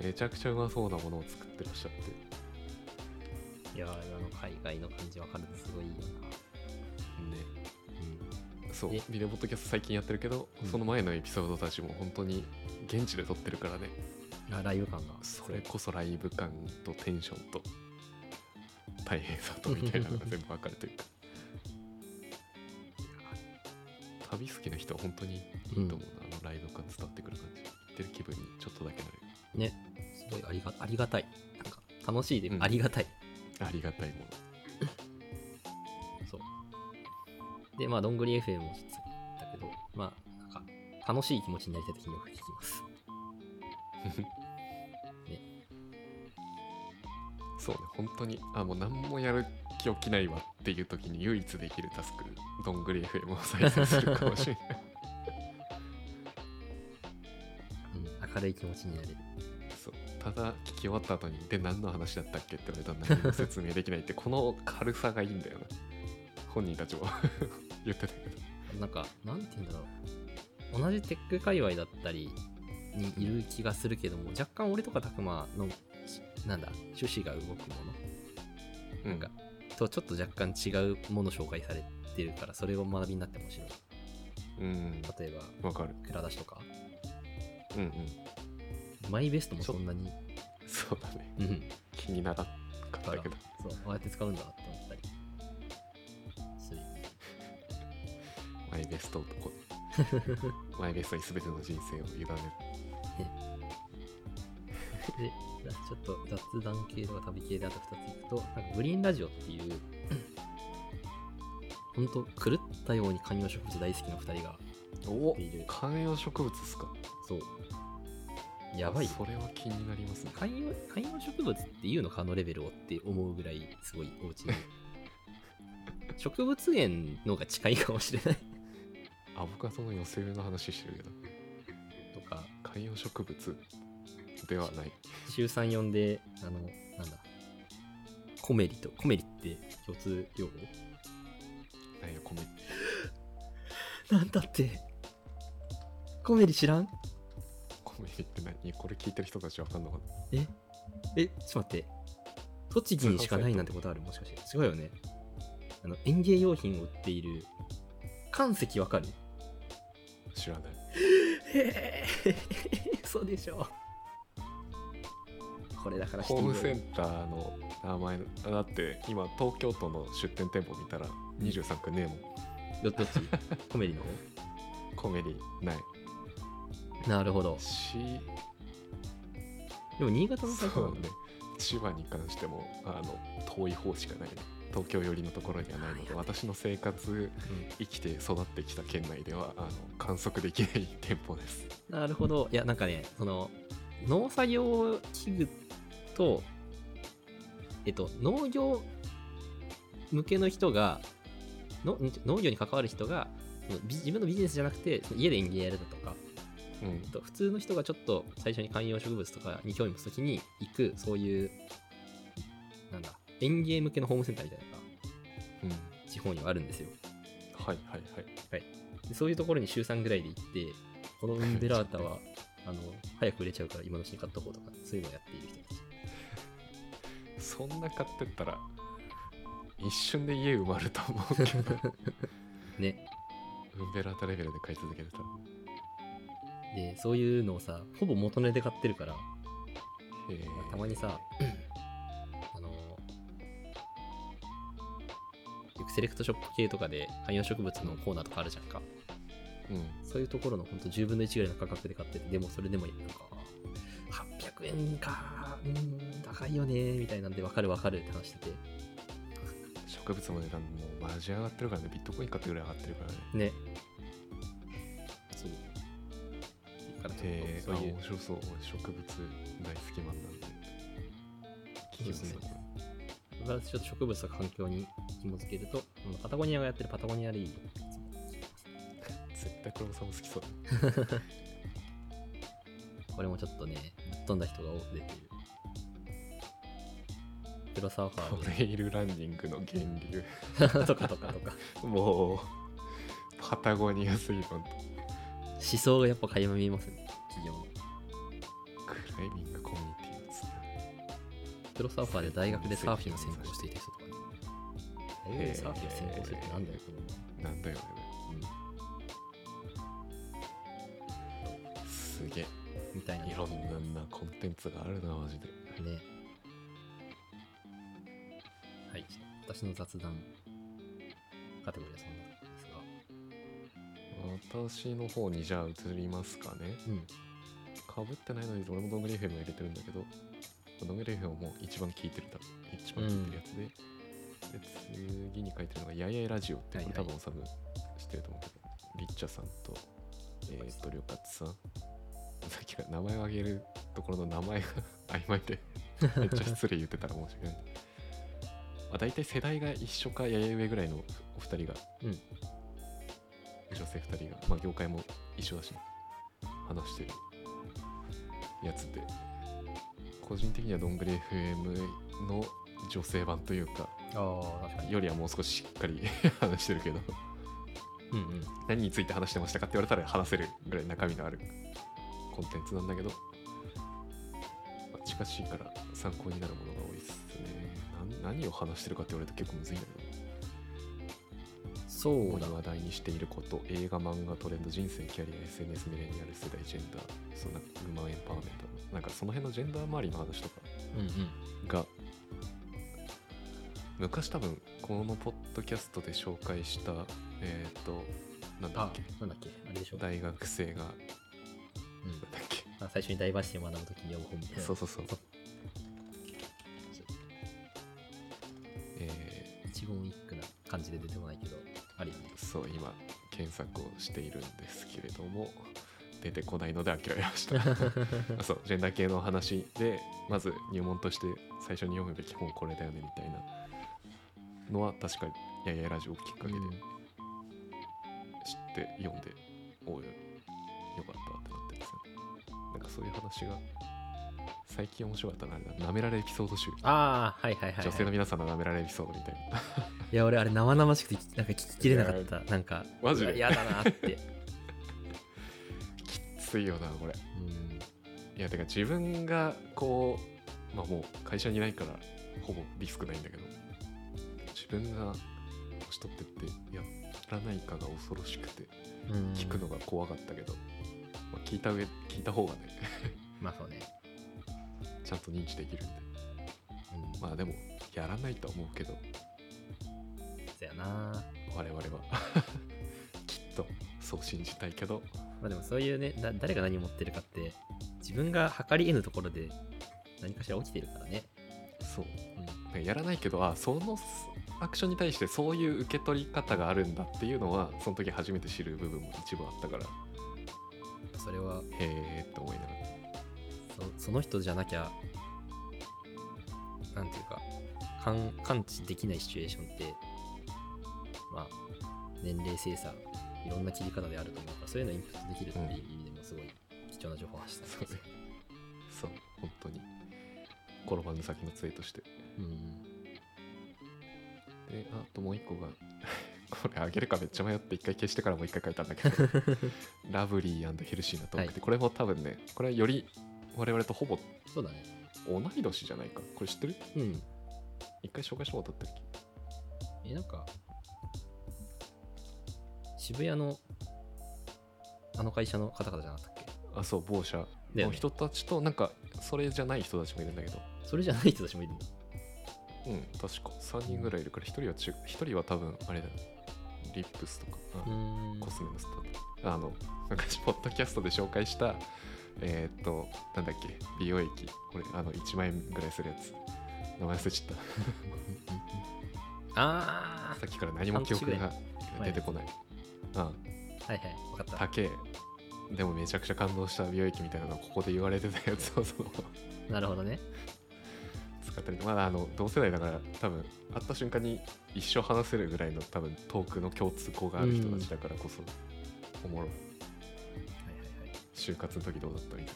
Speaker 2: めちゃくちゃうまそうなものを作ってらっしゃってね
Speaker 1: いやー、あの、海外の感じわかるのすごいいいよな。うん。
Speaker 2: そう
Speaker 1: え
Speaker 2: ビデオポッドキャスト最近やってるけど、
Speaker 1: うん
Speaker 2: その前のエピソードたちも本当に現地で撮ってるからね
Speaker 1: あライブ感が
Speaker 2: それこそライブ感とテンションと大変さとみたいなのが全部わかるというか旅好きな人は本当にいいと思うな、あのライブ感伝わってくる感じ行ってる気分にちょっとだけな
Speaker 1: ねすごいありがありがたいなんか楽しいで、
Speaker 2: うん
Speaker 1: ありがたい
Speaker 2: るありがたいもの
Speaker 1: そうでまあどんぐり FM も実だけどまあなんか楽しい気持ちになりたい時によく聞きます
Speaker 2: そうね本当にあもう何もやる気起きないわっていう時に唯一できるタスクどんぐり FM を再生するかもしれない
Speaker 1: うん明るい気持ちになれる
Speaker 2: そうただ聞き終わった後に「で何の話だったっけ?」って言われたら何も説明できないって この軽さがいいんだよな本人たちも言ってたけど
Speaker 1: なんかなんて言うんだろう同じテック界隈だったりにいる気がするけども若干俺とかたくまのしなんだ趣旨が動くもの
Speaker 2: な
Speaker 1: なんか、とちょっと若干違うもの紹介されてるからそれを学びになって面白い
Speaker 2: うん
Speaker 1: 例えば
Speaker 2: わかる
Speaker 1: 蔵出しとか
Speaker 2: うんうん
Speaker 1: マイベストもそんなに、
Speaker 2: そうだね
Speaker 1: うん、
Speaker 2: 気にならなかったけど
Speaker 1: そう、ああやって使うんだって思ったりする。
Speaker 2: マイベスト 男マイベストに全ての人生を委ねる
Speaker 1: でちょっと雑談系とか旅系であと2ついくとなんかグリーンラジオっていう本当狂ったように観葉植物大好きな2人が
Speaker 2: お
Speaker 1: いる
Speaker 2: 観葉植物ですか
Speaker 1: そうやばいよ
Speaker 2: それは気になりますね
Speaker 1: 観葉観葉植物っていうのかあのレベルをって思うぐらいすごいお家に植物園のが近いかもしれない
Speaker 2: アボカドの寄せ植えの話してるけ
Speaker 1: と
Speaker 2: ど
Speaker 1: か
Speaker 2: 観葉植物ではない
Speaker 1: 週3呼んであのなんだコメリとコメリって共通用語
Speaker 2: 何やコメ
Speaker 1: なんだってコメリ知らん
Speaker 2: コメディって何これ聞いてる人たちわかんのかな
Speaker 1: えちょっと待って栃木にしかないなんてことあるもしかして違うよねあの園芸用品を売っている関石わかる
Speaker 2: 知らない
Speaker 1: へえ そうでしょこれだから
Speaker 2: ホーム
Speaker 1: シテ
Speaker 2: セ
Speaker 1: ィ
Speaker 2: ンターの名前のあだって今東京都の出店店舗見たら23区ねえも
Speaker 1: ボ
Speaker 2: ん
Speaker 1: ーイどどっちコメリの
Speaker 2: コメディない
Speaker 1: 方なるほど
Speaker 2: し
Speaker 1: でも新潟のサイト
Speaker 2: そ
Speaker 1: な
Speaker 2: うん
Speaker 1: だ
Speaker 2: ね千葉に関してもあの遠い方しかないね東京寄りのところにはないので私の生活生きて育ってきた県内ではあの観測できない店舗です
Speaker 1: なるほど。いや、なんかね、その、農作業器具と、えっと、農業向けの人が、の農業に関わる人が、そのビ自分のビジネスじゃなくて、その家で園芸やるだとか、
Speaker 2: うん
Speaker 1: えっと普通の人がちょっと最初に観葉植物とかに興味持つときに行く、そういう、なんだ、園芸向けのホームセンターみたいなのが
Speaker 2: うん
Speaker 1: 地方にはあるんですよ。
Speaker 2: はいはいはい
Speaker 1: でそういうところに週3ぐらいで行って、このウンベラータは、あの、早く売れちゃうから今のうちに買っとこうとか、そういうのをやっている人たち。
Speaker 2: そんな買ってったら一瞬で家埋まると思うけ ど
Speaker 1: ね。
Speaker 2: ウンベラータレベルで買い続けてたら
Speaker 1: で、そういうのをさ、ほぼ元値で買ってるから、
Speaker 2: へえ
Speaker 1: たまにさ、あの、よくセレクトショップ系とかで観葉植物のコーナーとかあるじゃんか。
Speaker 2: うん
Speaker 1: そういうところのほんと10分の1ぐらいの価格で買ってて、でもそれでもなんか、800円か、うーん、高いよね、みたいなんで、わかるわかるって話してて。
Speaker 2: 植物の値段もうマジ上がってるからねビットコイン買ってぐらい上がってるからね
Speaker 1: ね。そう。だからちょ
Speaker 2: へ
Speaker 1: っ
Speaker 2: え
Speaker 1: とそういう
Speaker 2: 面白そう俺植物大好きマンなんで聞きますね
Speaker 1: そうそうだからちょっと植物と環境に紐づけると、うんパタゴニアがやってるパタゴニアでいいよ。
Speaker 2: 絶対これもさんも好きそう
Speaker 1: これもちょっとね、ぶっ飛んだ人が多く出てる。プロサーフ
Speaker 2: ト
Speaker 1: ァ
Speaker 2: レイルランニングの源流
Speaker 1: ーでとかとかとか。
Speaker 2: もうパタゴニア水路と
Speaker 1: 思想がやっぱ垣間見えますね、企業の。
Speaker 2: クライミングコミュニティのつながり
Speaker 1: プロサーファーで大学でサーフィンを専攻していた人とかね。大学
Speaker 2: へー
Speaker 1: でサーフィンを専攻するってなんだよ、これ
Speaker 2: なんだよね
Speaker 1: は。
Speaker 2: すげえ
Speaker 1: うん。みたいな。
Speaker 2: いろんなコンテンツがあるなマジで
Speaker 1: ね。はい、私の雑談カテゴリーはそんなとこですが。
Speaker 2: 私の方にじゃあ移りますかね
Speaker 1: うん。
Speaker 2: かぶってないのに俺もドングリ FM を入れてるんだけどドングリ FM をもう一番聞いてるた一番聞いてるやつで,、で次に書いてるのが「ややいラジオ」ってこれ
Speaker 1: はいはい
Speaker 2: 多分おさむ知ってると思うけど、リッチャさんとえーっ、とりょうかつさんさっきから名前を挙げるところの名前が曖昧でめっちゃ失礼言ってたら申し訳ないまあ大体世代が一緒かやや上ぐらいのお二人が、
Speaker 1: うん
Speaker 2: 女性二人が、まあ、業界も一緒だしね、話してるやつで個人的にはどんぐり FM の女性版というか
Speaker 1: ああ、確かに。
Speaker 2: よりはもう少ししっかり 話してるけど
Speaker 1: うんうん。
Speaker 2: 何について話してましたかって言われたら話せるぐらい中身のあるコンテンツなんだけど、まあ近しいから参考になるものが多いっすねなん何を話してるかって言われると結構むずいんだけど
Speaker 1: そう
Speaker 2: 主
Speaker 1: だ
Speaker 2: に。話題にしていること映画漫画トレンド人生キャリア SNS ミレニアル世代ジェンダーそんなウーマンエンパワーメントなんかその辺のジェンダー周りの話とか
Speaker 1: うんうん。
Speaker 2: が昔多分このポッドキャストで紹介したえっ、となんだっ
Speaker 1: あ
Speaker 2: け、
Speaker 1: なんだっけあれでしょ、うん、
Speaker 2: 大学生がなんだっけ、
Speaker 1: あ最初にダイバーシティを学ぶときに読む本みたいな。
Speaker 2: そうそうそうえ
Speaker 1: 一言一句な感じで出てこないけど、あるよね。
Speaker 2: ーそう今検索をしているんですけれども出てこないので諦めました あそうジェンダー系の話でまず入門として最初に読むべき本これだよねみたいなのは確かに「ややラジオ」をきっかけで
Speaker 1: うん
Speaker 2: 知って読んで、おおよよかったってなってますねなんかそういう話が最近面白かったなあれだなめられエピソード集、
Speaker 1: ああ、はいはいはい、はい。
Speaker 2: 女性の皆さんのなめられエピソードみたいない
Speaker 1: や、俺、あれ、生々しくて、なんか聞ききれなかった。なんか、
Speaker 2: マジで
Speaker 1: うわ嫌だなって。
Speaker 2: きついよなこれ
Speaker 1: うん。
Speaker 2: いやてか自分がこうまあもう会社にいないからほぼリスクないんだけど自分が年取ってってやらないかが恐ろしくて
Speaker 1: うん
Speaker 2: 聞くのが怖かったけど、まあ、聞いた上聞いた方がね
Speaker 1: まあそうね、
Speaker 2: ちゃんと認知できるんで
Speaker 1: うん、ま
Speaker 2: まあでもやらないとは思うけど
Speaker 1: あそうやなま
Speaker 2: 我々は きっとそう信じたいけど
Speaker 1: あでもそういうねだ誰が何を持ってるかって自分が測り得ぬところで何かしら起きてるからね、
Speaker 2: そう
Speaker 1: うん、
Speaker 2: なんかやらないけどあそのアクションに対してそういう受け取り方があるんだっていうのはその時初めて知る部分も一部あったから
Speaker 1: それは
Speaker 2: へえって思いながら
Speaker 1: そその人じゃなきゃなんていうか感感知できないシチュエーションってまあ年齢精査いろんな切り方であると思うからそういうのをインプットできるっていう意味でもすごい貴重な情報を発したん
Speaker 2: そう
Speaker 1: です
Speaker 2: ねそう本当に転ばぬ先の杖として
Speaker 1: うん
Speaker 2: であともう一個が これあげるかめっちゃ迷って一回消してからもう一回書いたんだ けどラブリーヘルシーなトークって、
Speaker 1: はい
Speaker 2: これも多分ねこれはより我々とほぼ
Speaker 1: そうだね
Speaker 2: 同い年じゃないかこれ知ってる
Speaker 1: うん
Speaker 2: 一回紹介したことあったっけ
Speaker 1: えなんか渋谷のあの会社の方々じゃなかったっけ
Speaker 2: あそう某社
Speaker 1: だよ
Speaker 2: の
Speaker 1: ね
Speaker 2: 人たちとなんかそれじゃない人たちもいるんだけど
Speaker 1: それじゃない人たちもいるんだ
Speaker 2: うん確か3人ぐらいいるから1人はち1人は多分あれだよリップスとか、あ
Speaker 1: うん
Speaker 2: コスメのスターあの昔ポッドキャストで紹介したえーっとなんだっけ美容液これあの1万円ぐらいするやつ名前忘れちゃっ
Speaker 1: あ
Speaker 2: たさっきから何も記憶が出てこないあ
Speaker 1: あはいはい分かった
Speaker 2: 高えでもめちゃくちゃ感動した美容液みたいなのをここで言われてたやつをそのまま
Speaker 1: なるほどね
Speaker 2: 使ったりまだあの同世代だから多分会った瞬間に一生話せるぐらいの多分トークの共通項がある人たちだからこそ、おもろい
Speaker 1: はいはいはい
Speaker 2: 就活の時どうだったみたい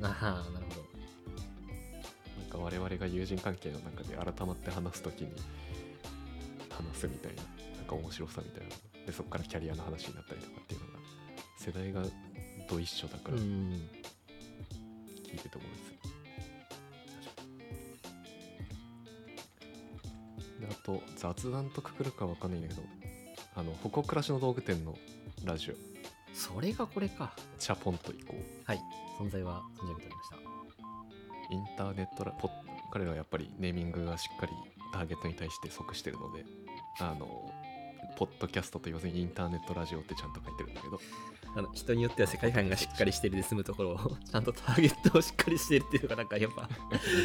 Speaker 2: な話も
Speaker 1: ああ、なるほど。
Speaker 2: なんか我々が友人関係の中で改まって話すときに話すみたいな、なんか面白さみたいな。で、そこからキャリアの話になったりとかっていうのが、世代がど一緒だから聞
Speaker 1: ん。
Speaker 2: いてて思いです。で、あと、雑談とくくるかわかんないんだけど、あの、ここ暮らしの道具店のラジオ、
Speaker 1: それがこれか。
Speaker 2: チャポンと行こう。
Speaker 1: はい。存在は存じ上げておりました。
Speaker 2: インターネットラポッ彼らはやっぱりネーミングがしっかりターゲットに対して即してるのであのポッドキャストと言わずにインターネットラジオってちゃんと書いてるんだけど
Speaker 1: あの人によっては世界観がしっかりしてるで済むとこ ろをちゃんとターゲットをしっかりしてるっていうのがなんかやっぱ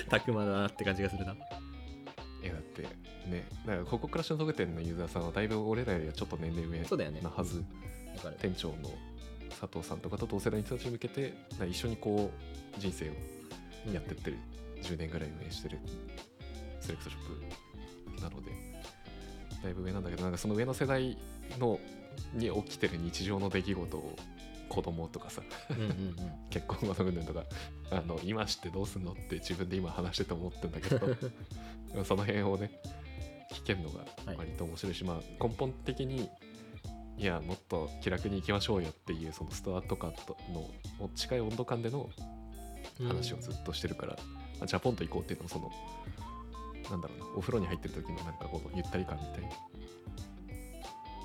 Speaker 1: たくまだなって感じがするな。
Speaker 2: いやだってねだからここ暮らしの特典のユーザーさんはだいぶ俺らよりはちょっと年齢
Speaker 1: そうだ
Speaker 2: 上
Speaker 1: よね。
Speaker 2: なはず、
Speaker 1: だから、
Speaker 2: 店長の佐藤さんとかと同世代の人たちに向けてなんか一緒にこう人生を
Speaker 1: うん
Speaker 2: やってってる、10年ぐらい運営してるセレクトショップなのでだいぶ上なんだけどなんかその上の世代のに起きてる日常の出来事を子供とかさ
Speaker 1: うんうんうん。
Speaker 2: 結婚がのうんとかあの今知ってどうすんのって自分で今話してて思ってん だけどその辺をね聞けるのが
Speaker 1: はい
Speaker 2: 割と面白いし、まあ根本的にいやもっと気楽に行きましょうよっていうそのスタート感とのの近い温度感での話をずっとしてるから、あジャポンと行こうっていうのもそのなんだろうなお風呂に入ってる時のなんかこうゆったり感みたい
Speaker 1: は
Speaker 2: な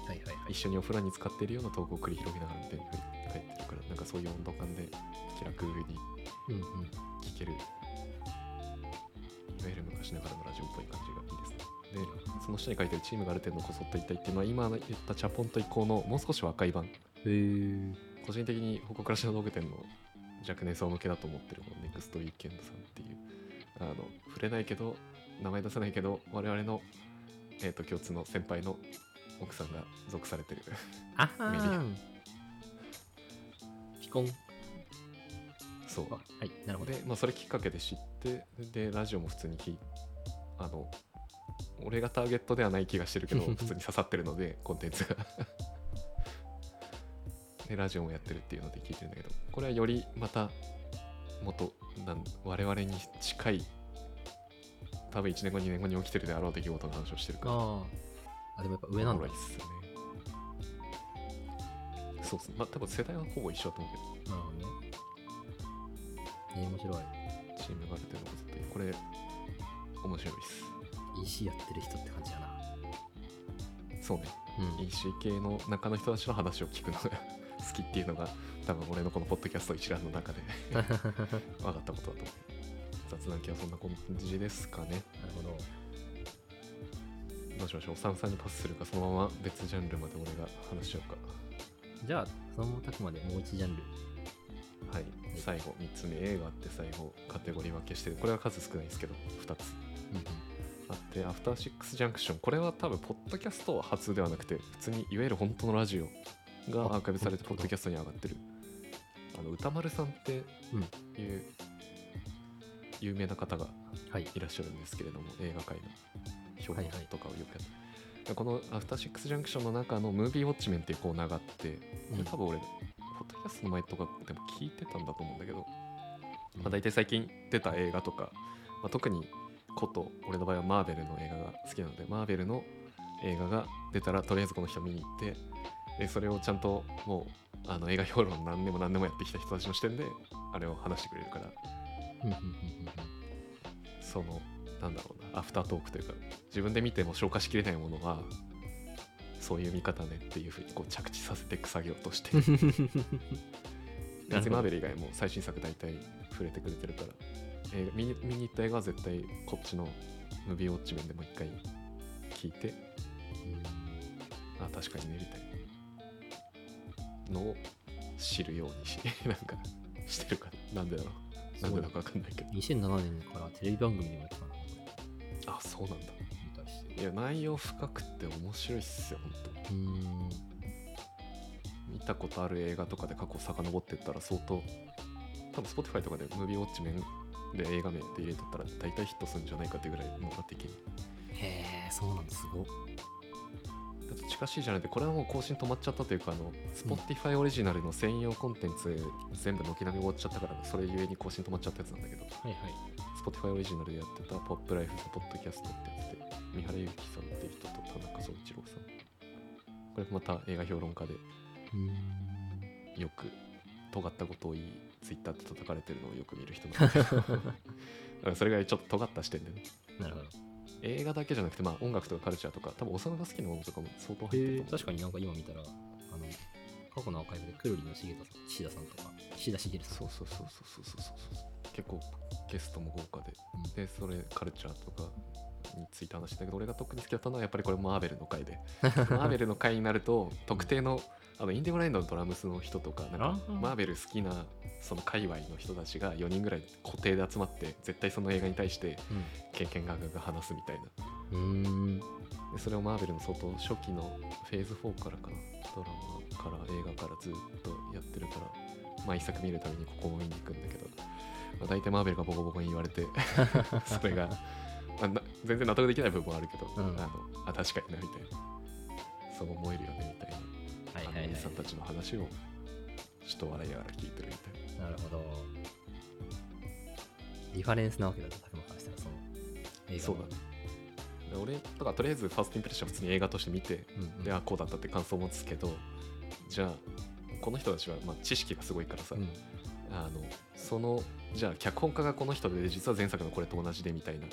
Speaker 1: いはいはい。
Speaker 2: 一緒にお風呂に使っているようなトークを繰り広げながらみたいに入ってるからなんかそういう温度感で気楽に
Speaker 1: うんうん。
Speaker 2: 聞けるいわゆる昔ながらのラジオっぽい感じがいいですねでその下に書いてるチームがある程度こそっと言ったいっていうのは今言ったチャポンと以降のもう少し若い版
Speaker 1: へえ。
Speaker 2: 個人的に報告らしの道具店の若年層向けだと思ってるもんネクストウィーケンドさんっていうあの触れないけど名前出さないけど我々の、えー、と共通の先輩の奥さんが属されてる
Speaker 1: あ
Speaker 2: メデ
Speaker 1: は
Speaker 2: ィ
Speaker 1: ん。ピコン。
Speaker 2: そう
Speaker 1: あはい、なるほど。
Speaker 2: で、まあ、それきっかけで知ってでラジオも普通に聞いあの俺がターゲットではない気がしてる けど普通に刺さってるのでコンテンツがでラジオもやってるっていうので聞いてるんだけどこれはよりまた元なん我々に近い多分1年後2年後に起きてるであろう出来事の話をしてるから
Speaker 1: ああ。あ、でもやっぱ上なんだ
Speaker 2: おもろい。っすよねそうっすねまあ多分世代はほぼ一緒だと思うけ
Speaker 1: な
Speaker 2: ど
Speaker 1: るほどね。えー、面白
Speaker 2: チームがある程度ずってこれ面白いっす
Speaker 1: い。EC やってる人って感じやな。
Speaker 2: そうね
Speaker 1: うん
Speaker 2: EC 系の中の人たちの話を聞くのが好きっていうのが多分俺のこのポッドキャスト一覧の中で
Speaker 1: なるほど。
Speaker 2: 分かったことだと思う雑談系はそんな感じですかねどうしましょうおさんさんにパスするかそのまま別ジャンルまで俺が話しようか
Speaker 1: じゃあ、そのままたくまでもう一ジャンル。
Speaker 2: はい最後3つ目映画あって最後カテゴリー分けしてこれは数少ないですけど2つあってアフターシックスジャンクションこれは多分ポッドキャスト初ではなくて普通にいわゆる本当のラジオがアーカイブされて
Speaker 1: あ
Speaker 2: ポッドキャストに上がってるあの歌丸さんっていう、有名な方が
Speaker 1: はい。
Speaker 2: いらっしゃるんですけれども映画界の評
Speaker 1: は
Speaker 2: 論
Speaker 1: いはい
Speaker 2: とかをよくやって、この「アフターシックスジャンクション」の中の「ムービーウォッチメン」っていうコーナーがあってこれ多分俺ポッドキャストの前とかでも聞いてたんだと思うんだけどまあ、大体最近出た映画とか、まあ、特にこと俺の場合はマーベルの映画が好きなのでマーベルの映画が出たらとりあえずこの人見に行ってでそれをちゃんともうあの映画評論何でも何でもやってきた人たちの視点であれを話してくれるから
Speaker 1: うんうんうん
Speaker 2: そのなんだろうなアフタートークというか自分で見ても消化しきれないものはそういう見方ねっていうふうにこう着地させていく作業と して
Speaker 1: うんなるほ
Speaker 2: 別
Speaker 1: ど
Speaker 2: にマーベル以外も最新作大体触れてくれてるから、えー見に見に行った映画は絶対こっちのムービーウォッチ面でもう一回聞いてあ確かにねみたいなのを知るようにし なんかしてるからなんでだろう
Speaker 1: す
Speaker 2: なん
Speaker 1: ご
Speaker 2: で
Speaker 1: い
Speaker 2: だか分かんないけど
Speaker 1: 2007年からテレビ番組でもやってたの
Speaker 2: あそうなんだ
Speaker 1: みたいして
Speaker 2: いや内容深くて面白いっすよ本当
Speaker 1: うーん
Speaker 2: 見たことある映画とかで過去遡ってったら相当多分 Spotify とかでムービーウォッチ面で映画名で入れてったら大体ヒットするんじゃないかってぐらいもうなってきだ
Speaker 1: へえそうなんですごっ
Speaker 2: って近しいじゃなくてこれはもう更新止まっちゃったというかあの Spotify オリジナルの専用コンテンツ全部軒並み終わっちゃったからそれゆえに更新止まっちゃったやつなんだけど
Speaker 1: はいはい
Speaker 2: Spotify オリジナルでやってた「ポップライフズポッドキャスト」ってやつで三原由紀さんっていう人と田中総一郎さんこれまた映画評論家で
Speaker 1: うーん
Speaker 2: よく尖ったことを言いツイッターで叩かれてるのをよく見る人なんだけどだからそれぐらいちょっと尖った視点でね
Speaker 1: なるほど
Speaker 2: 映画だけじゃなくて、まあ、音楽とかカルチャーとか多分おさんが好きなものとかも相当入ってると思う
Speaker 1: 確かになんか今見たらあの過去のアーカイブでくるりの茂田さん岸田さんとか岸田茂さん
Speaker 2: そうそうそうそうそうそうそうそう結構ゲストも豪華ででそれカルチャーとかについて話してたけど俺が特に好きだったのはやっぱりこれマーベルの 回でマーベルの回になると特定のあのインディゴラインドのドラムスの人とかなんか
Speaker 1: あー
Speaker 2: マーベル好きなその界隈の人たちが4人ぐらい固定で集まって絶対その映画に対してケンケンガンガンが話すみたいな
Speaker 1: うんうーん
Speaker 2: でそれをマーベルの相当初期のフェーズ4からかなドラマから映画からずっとやってるから毎作見るためにここも見に行くんだけど、まあ、大体マーベルがボコボコに言われ てそれが、まあな全然納得できない部分はあるけど、
Speaker 1: うん
Speaker 2: あのあ確かになみたいなそう思えるよねみたいな
Speaker 1: はい
Speaker 2: あ
Speaker 1: は
Speaker 2: の
Speaker 1: いはい
Speaker 2: おじさんたちの話をちょっと笑いながら聞いてるみたいな。
Speaker 1: なるほどリファレンスなわけだと拓磨からしたらその映画の
Speaker 2: そうだねで俺とかとりあえずファーストインプレッションは普通に映画として見て、
Speaker 1: うんうん
Speaker 2: であこうだったって感想を持つけどじゃあこの人たちは、まあ、知識がすごいからさ、
Speaker 1: うん
Speaker 2: あのそのじゃあ脚本家がこの人で実は前作のこれと同じでみたいな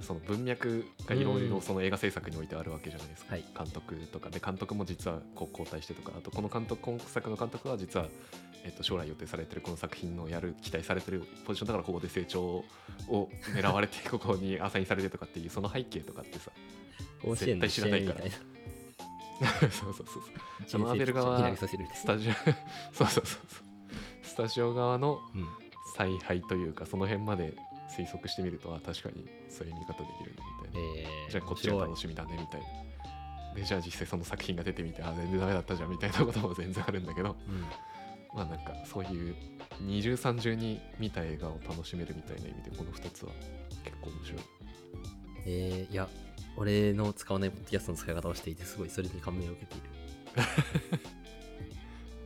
Speaker 2: その文脈がいろい
Speaker 1: うん
Speaker 2: ろその映画制作においてあるわけじゃないですか、
Speaker 1: はい
Speaker 2: 監督とかで監督も実はこう交代してとかあとこの監督今作の監督は実は、えっと、将来予定されてるこの作品のやる期待されてるポジションだからここで成長を狙われてここにアサインされてとかっていうその背景とかって さ
Speaker 1: 甲子園の試合みたいな
Speaker 2: 絶対知らないそうそうそうそう
Speaker 1: 人生
Speaker 2: アベル 側
Speaker 1: を開きさせるみたい
Speaker 2: ス
Speaker 1: な
Speaker 2: タジオ そうそうそうそうスタジオ側の
Speaker 1: うん
Speaker 2: 采配というかその辺まで推測してみるとあ確かにそういう見方できるねみたいな。
Speaker 1: えー
Speaker 2: じゃあこっちが楽しみだねみたいな。でじゃあ実際その作品が出てみてあ全然ダメだったじゃんみたいなことも全然あるんだけど
Speaker 1: 面
Speaker 2: まあなんかそういう二重三重に見た映画を楽しめるみたいな意味でこの2つは結構面白い。
Speaker 1: 白いえーいや俺の使わないポッドキャストの使い方をしていてすごいそれに感銘を受けている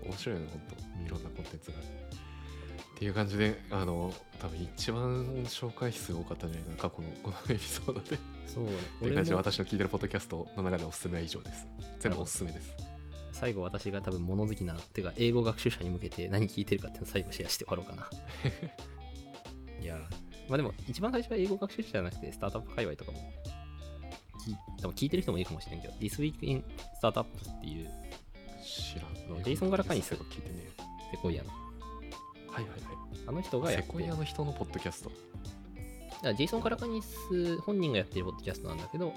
Speaker 2: 面白いね本当いろんなコンテンツがある。っていう感じであの多分一番紹介数多かったんじゃないかな過去のこのエピソードで。
Speaker 1: そう
Speaker 2: っていう感じで
Speaker 1: も
Speaker 2: 私の聞いてるポッドキャストの中でおすすめは以上です。全部おすすめです。
Speaker 1: 最後私が多分物好きなてか英語学習者に向けて何聞いてるかっていうのを最後シェアして終わろうかな いやーまあでも一番最初は英語学習者じゃなくてスタートアップ界隈とかも聞い多分聞いてる人もいるかもしれないけど This Week in Startup っていう
Speaker 2: 知ら
Speaker 1: あ
Speaker 2: ん。
Speaker 1: のジェイソンガラパニス
Speaker 2: 聞いてね
Speaker 1: セコイアの
Speaker 2: えよ。はいはいはい。
Speaker 1: あの人がやっ
Speaker 2: セ
Speaker 1: て
Speaker 2: コイアの人のポッドキャスト。
Speaker 1: だからジェイソン・カラカニス本人がやってるポッドキャストなんだけど、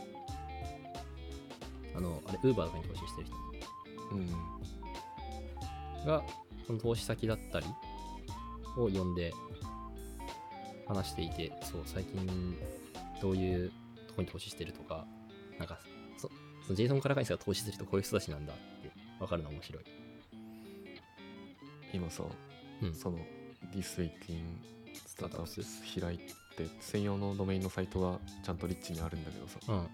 Speaker 1: あの、あれ、ウーバーとかに投資してる人
Speaker 2: うん。
Speaker 1: が、その投資先だったりを呼んで話していて、そう、最近どういうとこに投資してるとか、なんか、そそのジェイソン・カラカニスが投資する人こういう人たちなんだって分かるの面白い。
Speaker 2: 今さ、
Speaker 1: うん。
Speaker 2: その This Week in Startups 開いて、専用のドメインのサイトがちゃんとリッチにあるんだけどさ、
Speaker 1: うん。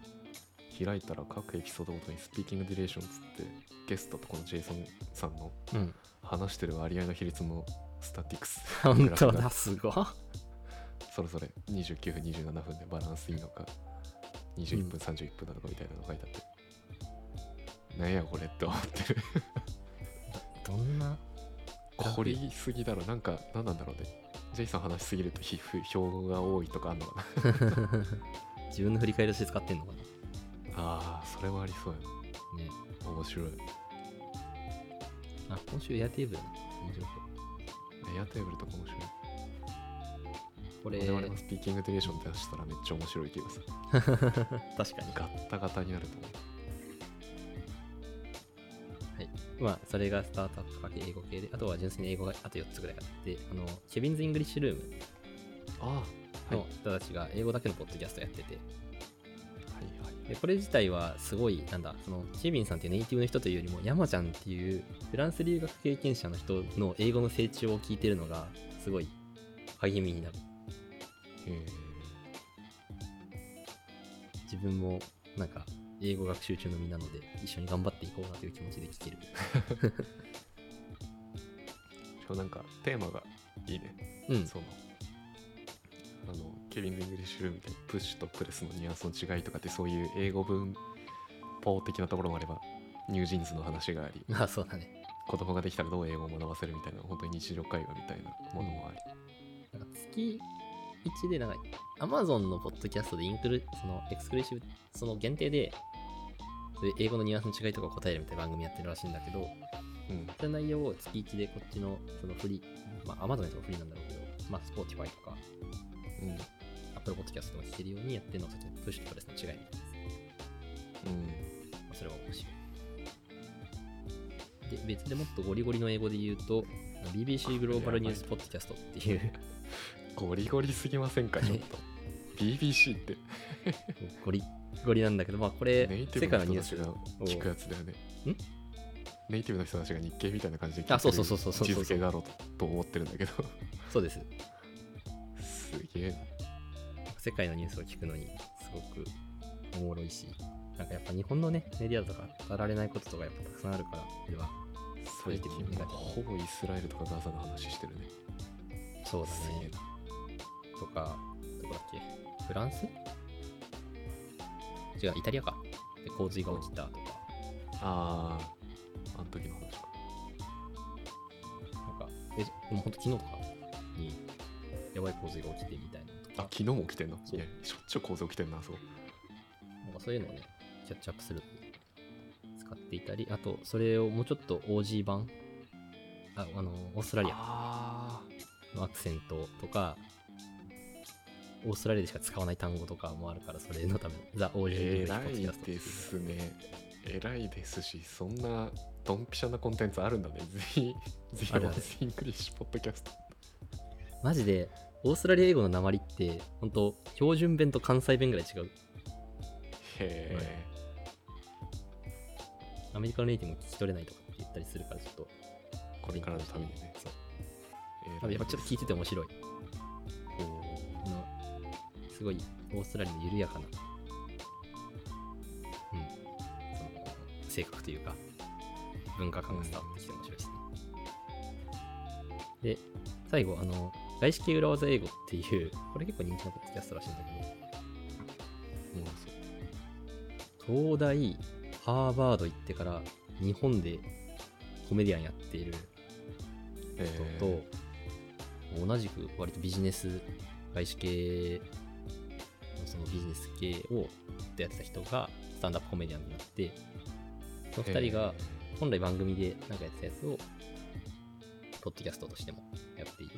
Speaker 2: 開いたら各エピソードごとにスピーキングディレーションつって、ゲストとこのジェイソンさんの
Speaker 1: うん。
Speaker 2: 話してる割合の比率のスタティ クス。
Speaker 1: 本当
Speaker 2: グラフ
Speaker 1: だ、
Speaker 2: が
Speaker 1: すごい。
Speaker 2: それぞれ29分、27分でバランスいいのか、21分、31分なのかみたいなのが書いてあって。なんやこれって思って る。
Speaker 1: どんな、
Speaker 2: 凝りすぎだろなんか何なんだろうねジェイさん話しすぎると皮膚表が多いとかあんのかな
Speaker 1: 自分の振り返りとして使ってんのかな。
Speaker 2: ああそれもありそうや
Speaker 1: ね。
Speaker 2: な面白い
Speaker 1: あ、今週エアテーブルだな。面白そう。
Speaker 2: エアテーブルとか面白い
Speaker 1: これ、
Speaker 2: 我々のスピーキングディレーション出したらめっちゃ面白い気がする
Speaker 1: 確かに。
Speaker 2: ガッタガタになると思う
Speaker 1: まあ、それがスタートアップかけ英語系で、あとは純粋に英語があと4つぐらいあって、あの、ケビンズ・イングリッシュルーム
Speaker 2: ああは
Speaker 1: の人たちが英語だけのポッドキャストやってて、
Speaker 2: いはい
Speaker 1: でこれ自体はすごい、なんだ、その、ケビンさんっていうネイティブの人というよりも、山ちゃんっていうフランス留学経験者の人の英語の成長を聞いてるのが、すごい励みになる。
Speaker 2: え
Speaker 1: 自分も、なんか、英語学習中の身なので、一緒に頑張っていこうなという気持ちで聞ける。
Speaker 2: ーしかもなんかテーマがいいね
Speaker 1: うん、
Speaker 2: そのあのケビン・イングリッシュルームみたいにプッシュとプレスのニュアンスの違いとかってそういう英語文法的なところもあればニュージーンズの話があ り
Speaker 1: まあそうだね。
Speaker 2: 子供ができたらどう英語を学ばせるみたいな本当に日常会話みたいなものもあり、
Speaker 1: なんか月1で、なんか、アマゾンのポッドキャストでインクル、そのエクスクルーシブ、その限定で、そういう英語のニュアンスの違いとかを答えるみたいな番組やってるらしいんだけど、
Speaker 2: うん
Speaker 1: その内容を月1でこっちの、そのフリー、まあ、アマゾンとかフリーなんだろうけど、まあ、スポーティファイとか、
Speaker 2: うんうん
Speaker 1: アップルポッドキャストとか聞けるようにやってるのが、そっちのプッシュとプレスの違いみたいなやつ。まあ、それは面白い。で、別でもっとゴリゴリの英語で言うと、BBC グローバルニュースポッドキャストっていう、
Speaker 2: ゴリゴリすぎませんかちょっと BBC って
Speaker 1: ゴリゴリなんだけど、まあ、これ
Speaker 2: ネイ、テ
Speaker 1: 世
Speaker 2: ィブ
Speaker 1: 界の
Speaker 2: の
Speaker 1: ニ
Speaker 2: 人
Speaker 1: ュース
Speaker 2: たちが聞くやつだよね
Speaker 1: ん
Speaker 2: ネイティブの人たちが日経みたいな感じで聞いて
Speaker 1: あそうそうそうそうそうそう
Speaker 2: 地付けだろうとと思ってるんだけど
Speaker 1: そうです。
Speaker 2: すげえな
Speaker 1: 世界のニュースを聞くのにすごくおもろいし、なんかやっぱ日本のね、メディアとか語られないこととかやっぱたくさんあるから、これは。
Speaker 2: 最近もうほぼイスラエルとかガザの話してるね
Speaker 1: そうだ
Speaker 2: すげえ
Speaker 1: ね。
Speaker 2: な
Speaker 1: とか、どこだっけフランス違う、イタリアか。で、洪水が起きたとか、
Speaker 2: あああの時の話か
Speaker 1: なんか、え、でもほんと昨日とかに、やばい洪水が起きてみたいなのとか、
Speaker 2: あ昨日も起きてんの
Speaker 1: そう
Speaker 2: いやしょっちゅう構造起きてんなそう
Speaker 1: なんかそういうのをね、キャッチアップする使っていたり、あと、それをもうちょっと OG 版、ああの、オーストラリア
Speaker 2: あ
Speaker 1: のアクセントとか、オーストラリアでしか使わない単語とかもあるから、それのための、ザ・
Speaker 2: あ
Speaker 1: OG
Speaker 2: えら
Speaker 1: ポッドキャ
Speaker 2: い
Speaker 1: ストっていう
Speaker 2: ですねえらいですしそんなドンピシャなコンテンツあるんだねぜひぜひ
Speaker 1: あるある
Speaker 2: イングリッシュポッドキャスト
Speaker 1: マジで、オーストラリア英語の訛りって、本当標準弁と関西弁ぐらい違う。
Speaker 2: へえ
Speaker 1: アメリカのネイティブも聞き取れないとかって言ったりするから、ちょっと。
Speaker 2: これからのためにね
Speaker 1: そう
Speaker 2: え
Speaker 1: 多
Speaker 2: ら
Speaker 1: 分
Speaker 2: い
Speaker 1: やっ
Speaker 2: で
Speaker 1: ぱ
Speaker 2: す
Speaker 1: ちょっと聞いてて面白い。
Speaker 2: うん
Speaker 1: あのすごいオーストラリアの緩やかな、うん、その性格というか文化感が伝わってきて面白いですね。で最後あの外資系裏技英語っていうこれ結構人気のポッドキャストらしいんだ
Speaker 2: うん
Speaker 1: けど東大ハーバード行ってから日本でコメディアンやっている人
Speaker 2: え
Speaker 1: と、同じく割とビジネス外資系のそのビジネス系をずっとやってた人がスタンダップコメディアンになってその2人が本来番組でなんかやってたやつをポッドキャストとしてもやっている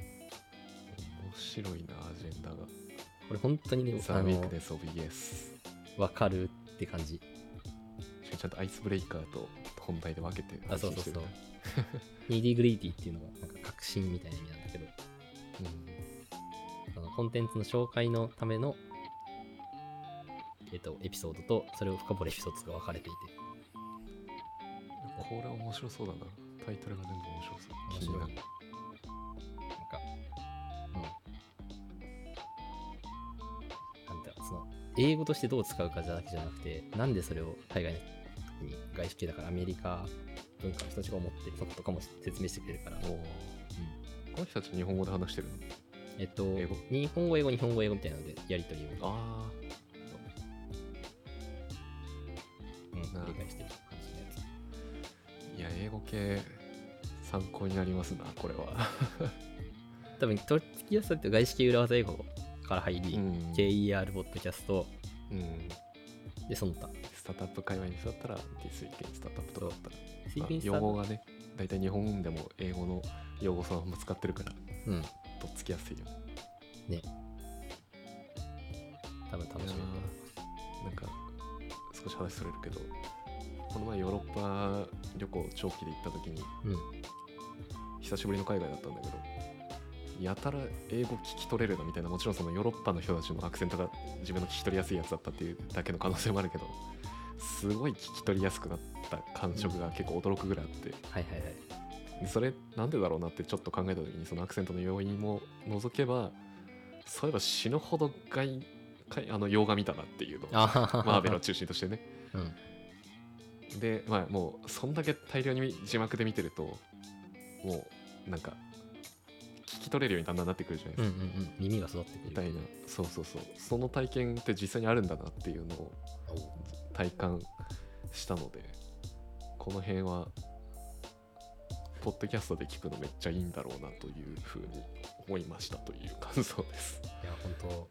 Speaker 2: 面白いなアジェンダが
Speaker 1: これ本当にね
Speaker 2: ザ・
Speaker 1: あ
Speaker 2: ウィー
Speaker 1: の
Speaker 2: クネス・オブ・イエス
Speaker 1: 分かるって感じ
Speaker 2: しかもちゃんとアイスブレイカーと本題で分けて
Speaker 1: あそうそうそうニーディーグリーティーっていうのがなんか革新みたいな意味なんだけど
Speaker 2: うん
Speaker 1: そのコンテンツの紹介のための、えっとエピソードとそれを深掘るエピソードが分かれていて
Speaker 2: これは面白そうだなタイトルが全部面白そう
Speaker 1: 面
Speaker 2: 気に
Speaker 1: 白
Speaker 2: ないる
Speaker 1: なんか、うん。なんだ、その、英語としてどう使うかじゃだけじゃなくて、なんでそれを海外の特に外資系だからアメリカ文化の人たちが思ってることとかも説明してくれるから、
Speaker 2: おーこの人たち日本語で話してるの
Speaker 1: えっと
Speaker 2: 英語、
Speaker 1: 日本語、英語、日本語、英語みたいなので、やりとりを、
Speaker 2: あ
Speaker 1: うん、
Speaker 2: なるほど
Speaker 1: 繰り返してる感じのやつ。
Speaker 2: あいや英語系参考になりますなこれは
Speaker 1: 多分、取り付きやすさって外資系裏技英語から入り、
Speaker 2: ん
Speaker 1: KER ポッドキャスト
Speaker 2: うん
Speaker 1: でその他。
Speaker 2: スタートアップ界隈に育ったら This Week in スタートアップとかだったら
Speaker 1: シークエンスタ
Speaker 2: 用
Speaker 1: ー
Speaker 2: 語
Speaker 1: ト
Speaker 2: がね大体日本でも英語の用語そのまま使ってるから
Speaker 1: うん、
Speaker 2: とっつきやすいよね
Speaker 1: 多分楽しめると思います。
Speaker 2: なんか少し話それるけどこの前ヨーロッパ旅行長期で行った時に
Speaker 1: うん。
Speaker 2: 久しぶりの海外だったんだけどやたら英語聞き取れるなみたいなもちろんそのヨーロッパの人たちのアクセントが自分の聞き取りやすいやつだったっていうだけの可能性もあるけどすごい聞き取りやすくなった感触が結構驚くぐらいあって
Speaker 1: はいはいはい。
Speaker 2: でそれなんでだろうなってちょっと考えた時にそのアクセントの要因も除けばそういえば死ぬほど外外あの洋画見たなっていうのを
Speaker 1: あは はは
Speaker 2: マーベルを中心としてね
Speaker 1: うん。
Speaker 2: で、まあ、もうそんだけ大量に字幕で見てるともうなんか聞き取れるようにだんだんなってくるじゃない
Speaker 1: うん
Speaker 2: で
Speaker 1: うん
Speaker 2: すか、
Speaker 1: うん、耳が育ってくる
Speaker 2: みたいなそうそうそうその体験って実際にあるんだなっていうのを体感したのでこの辺はポッドキャストで聞くのめっちゃいいんだろうなというふうに思いましたという感想です。
Speaker 1: いや本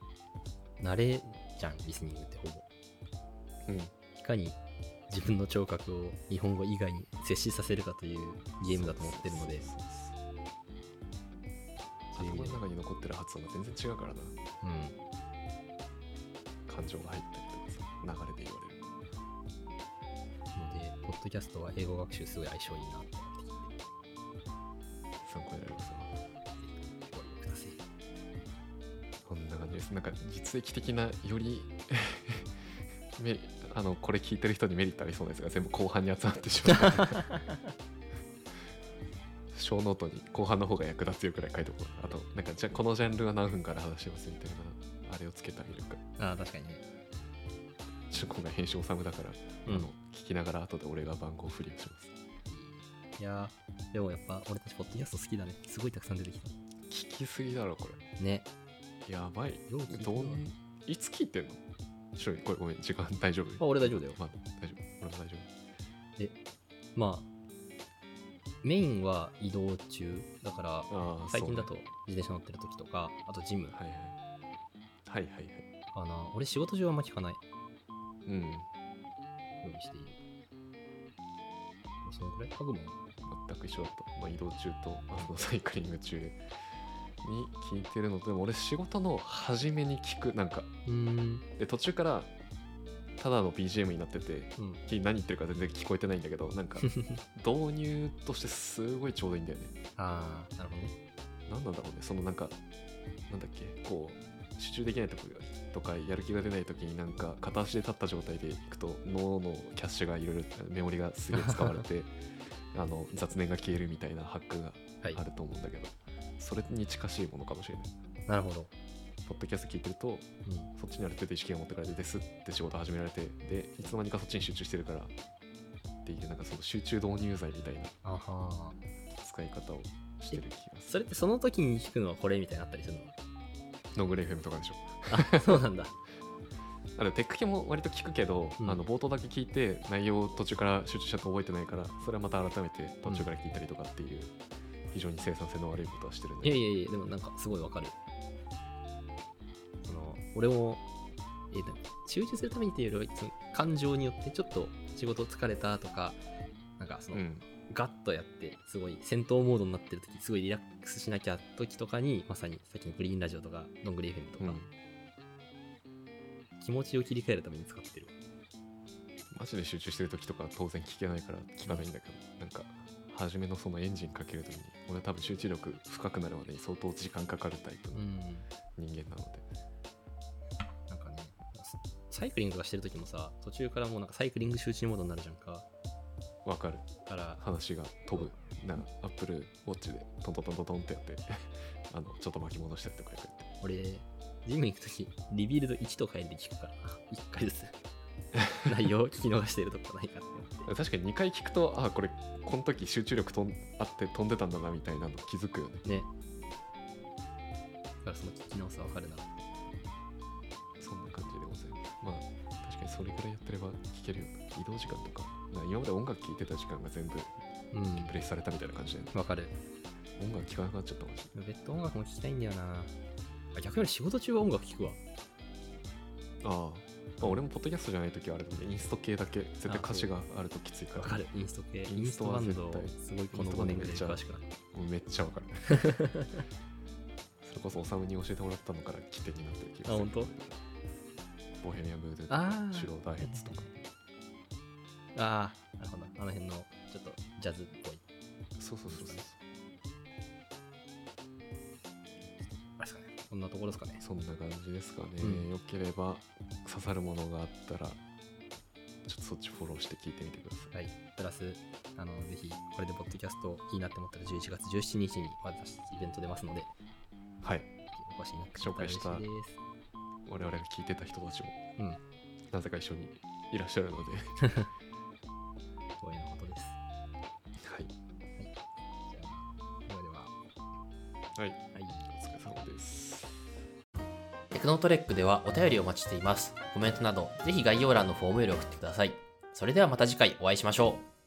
Speaker 1: 当慣れじゃんリスニングってほぼ
Speaker 2: うん、
Speaker 1: いかに自分の聴覚を日本語以外に接しさせるかというゲームだと思ってるので
Speaker 2: そうそうそう
Speaker 1: そういう意味で
Speaker 2: 頭の中に残ってる発音が全然違うからな
Speaker 1: うん
Speaker 2: 感情が入ったりとかさ流れで言われる。
Speaker 1: のでポッドキャストは英語学習すごい相性いいなと思って聞いて
Speaker 2: 参考になりますよ
Speaker 1: ぜひご利用ください
Speaker 2: こんな感じですなんか実益的なより メリあのこれ聞いてる人にメリットありそうなやつが全部後半に集まってしまう 小ノートに後半の方が役立つよくらい書いておこうあとなんかじゃこのジャンルは何分から話しますみたいなあれをつけてあげるか
Speaker 1: ああ確かにね
Speaker 2: ちょっと今回編集おさむだから、
Speaker 1: うん
Speaker 2: あの聞きながら後で俺が番号振りをします
Speaker 1: いやーでもやっぱ俺たちポッドキャスト好きだねすごいたくさん出てきた
Speaker 2: 聞きすぎだろこれ
Speaker 1: ね
Speaker 2: やばい
Speaker 1: よう聞いて
Speaker 2: ど
Speaker 1: るわ
Speaker 2: んいつ聞いてんの白いこれごめん時間大丈夫
Speaker 1: あ俺大丈夫だよ
Speaker 2: まあ大丈夫俺も大丈夫
Speaker 1: まあメインは移動中だから
Speaker 2: ああ
Speaker 1: 最近だ
Speaker 2: そう
Speaker 1: と自転車乗ってる時とかあとジム
Speaker 2: ねはいはいはいはいはい
Speaker 1: かな俺仕事上はあんま聞かないよ
Speaker 2: うん
Speaker 1: うにしているそのくらい家具も
Speaker 2: 全く一緒だった、まあ、移動中とあのサイクリング中に聞いてるのとでも俺仕事の初めに聞くなんか
Speaker 1: うーん
Speaker 2: で途中からただの BGM になって て
Speaker 1: うん
Speaker 2: 何言ってるか全然聞こえてないんだけどな んか導入としてすごいちょうどいいんだよね
Speaker 1: ああなるほどね
Speaker 2: 何なんだろうねそのなんかなんだっけこう集中できないとことかやる気が出ない時になんか片足で立った状態でいくと脳のキャッシュがいろいろメモリがすげえ使わ れてあの雑念が消えるみたいなハックが
Speaker 1: はい
Speaker 2: あると思うんだけど、それに近しいものかもしれない
Speaker 1: なるほど、
Speaker 2: ポッドキャスト聞いてると
Speaker 1: うん、
Speaker 2: そっちにある程度意識が持ってかれてですって仕事始められてでいつの間にかそっちに集中してるからっていうなんかその集中導入剤みたいな
Speaker 1: あはー
Speaker 2: 使い方をしてる気がす
Speaker 1: それ
Speaker 2: る
Speaker 1: ってその時に聞くのはこれみたいなのあったりするの
Speaker 2: ノグレ FM とかでしょ
Speaker 1: あそうなんだ
Speaker 2: あのテック系も割と聞くけど、
Speaker 1: うん
Speaker 2: あの冒頭だけ聞いて内容を途中から集中しちゃって覚えてないからそれはまた改めて途中から聞いたりとかっていう、非常に生産性の悪いことはしてるん
Speaker 1: い
Speaker 2: で
Speaker 1: やいやいやでもなんかすごいわかるその俺もえーと集中するためにっていうよりはその感情によってちょっと仕事疲れたとかなんかその、
Speaker 2: うん
Speaker 1: ガッとやってすごい戦闘モードになってる時すごいリラックスしなきゃ時とかにまさにさっきのグリーンラジオとかドングリーフェンと
Speaker 2: う
Speaker 1: か、
Speaker 2: ん
Speaker 1: 気持ちを切り替えるために使ってる
Speaker 2: マジで集中してる時とかは当然聞けないから聞かないんだけど、なんか初めのそのエンジンかける時に俺は多分集中力深くなるまでに相当時間かかるタイプの
Speaker 1: ん
Speaker 2: 人間なので、
Speaker 1: なんかねサイクリングとかしてる時もさ途中からもうなんかサイクリング集中モードになるじゃんか
Speaker 2: わかる
Speaker 1: だから
Speaker 2: 話が飛ぶなアップルウォッチでトントントントントンってやって あのちょっと巻き戻したりとかやって
Speaker 1: 俺ジム行く時リビルド1とかえで聞くからな1回ず つ内容を聞き逃してるとこないかって思って
Speaker 2: 確かに2回聞くとあこれこの時集中力とんあって飛んでたんだなみたいなの気づくよね
Speaker 1: ねだからその聞き直さ分かるな
Speaker 2: そんな感じでございますまあ確かにそれぐらいやってれば聞けるよ移動時間とかな今まで音楽聴いてた時間が全部
Speaker 1: うん
Speaker 2: プレイされたみたいな感じで、
Speaker 1: 分かる
Speaker 2: 音楽聴かなくなっちゃったマジで
Speaker 1: 別途音楽も聞きたいんだよなあ逆に仕事中は音楽聞くわ
Speaker 2: ああ、まあ俺もポッドキャストじゃない時はあれだねインスト系だけ絶対歌詞があるときついから
Speaker 1: 分かるインスト系イ
Speaker 2: イ
Speaker 1: ン
Speaker 2: ン
Speaker 1: ス
Speaker 2: ス
Speaker 1: ト
Speaker 2: ト
Speaker 1: バ
Speaker 2: は
Speaker 1: ン
Speaker 2: 絶
Speaker 1: ド
Speaker 2: 対
Speaker 1: すごいこの5年ぐらいで詳しくなって
Speaker 2: もうめっちゃわかるそれこそおさむに教えてもらったのから起点になってる気がする
Speaker 1: あ本当
Speaker 2: ボヘミアン・ブーデと
Speaker 1: あ
Speaker 2: か
Speaker 1: ー
Speaker 2: シュローダーヘッツとか
Speaker 1: ああなるほどあの辺のちょっとジャズっぽい
Speaker 2: そうそうそうそう
Speaker 1: あれですかねこんなところですかね
Speaker 2: そんな感じですかね、
Speaker 1: うん
Speaker 2: よければ刺さるものがあったらちょっとそっちフォローして聞いてみてください
Speaker 1: はい、プラス、あのぜひ、これでポッドキャストいいなって思ったら、11月17日に私、イベント出ますので、
Speaker 2: はい
Speaker 1: お越しになってくれたら嬉しい
Speaker 2: 紹介
Speaker 1: です。
Speaker 2: 我々が聞いてた人たちも
Speaker 1: うん、
Speaker 2: なぜか一緒にいらっしゃるのでは
Speaker 1: 光栄のことです。
Speaker 2: い、
Speaker 1: じゃあ、ではでは、
Speaker 2: は
Speaker 1: は
Speaker 2: い、
Speaker 1: い。
Speaker 2: お疲れ様です
Speaker 3: テクノトレックではお便りをお待ちしています。コメントなど、ぜひ概要欄のフォームより送ってください。それではまた次回お会いしましょう。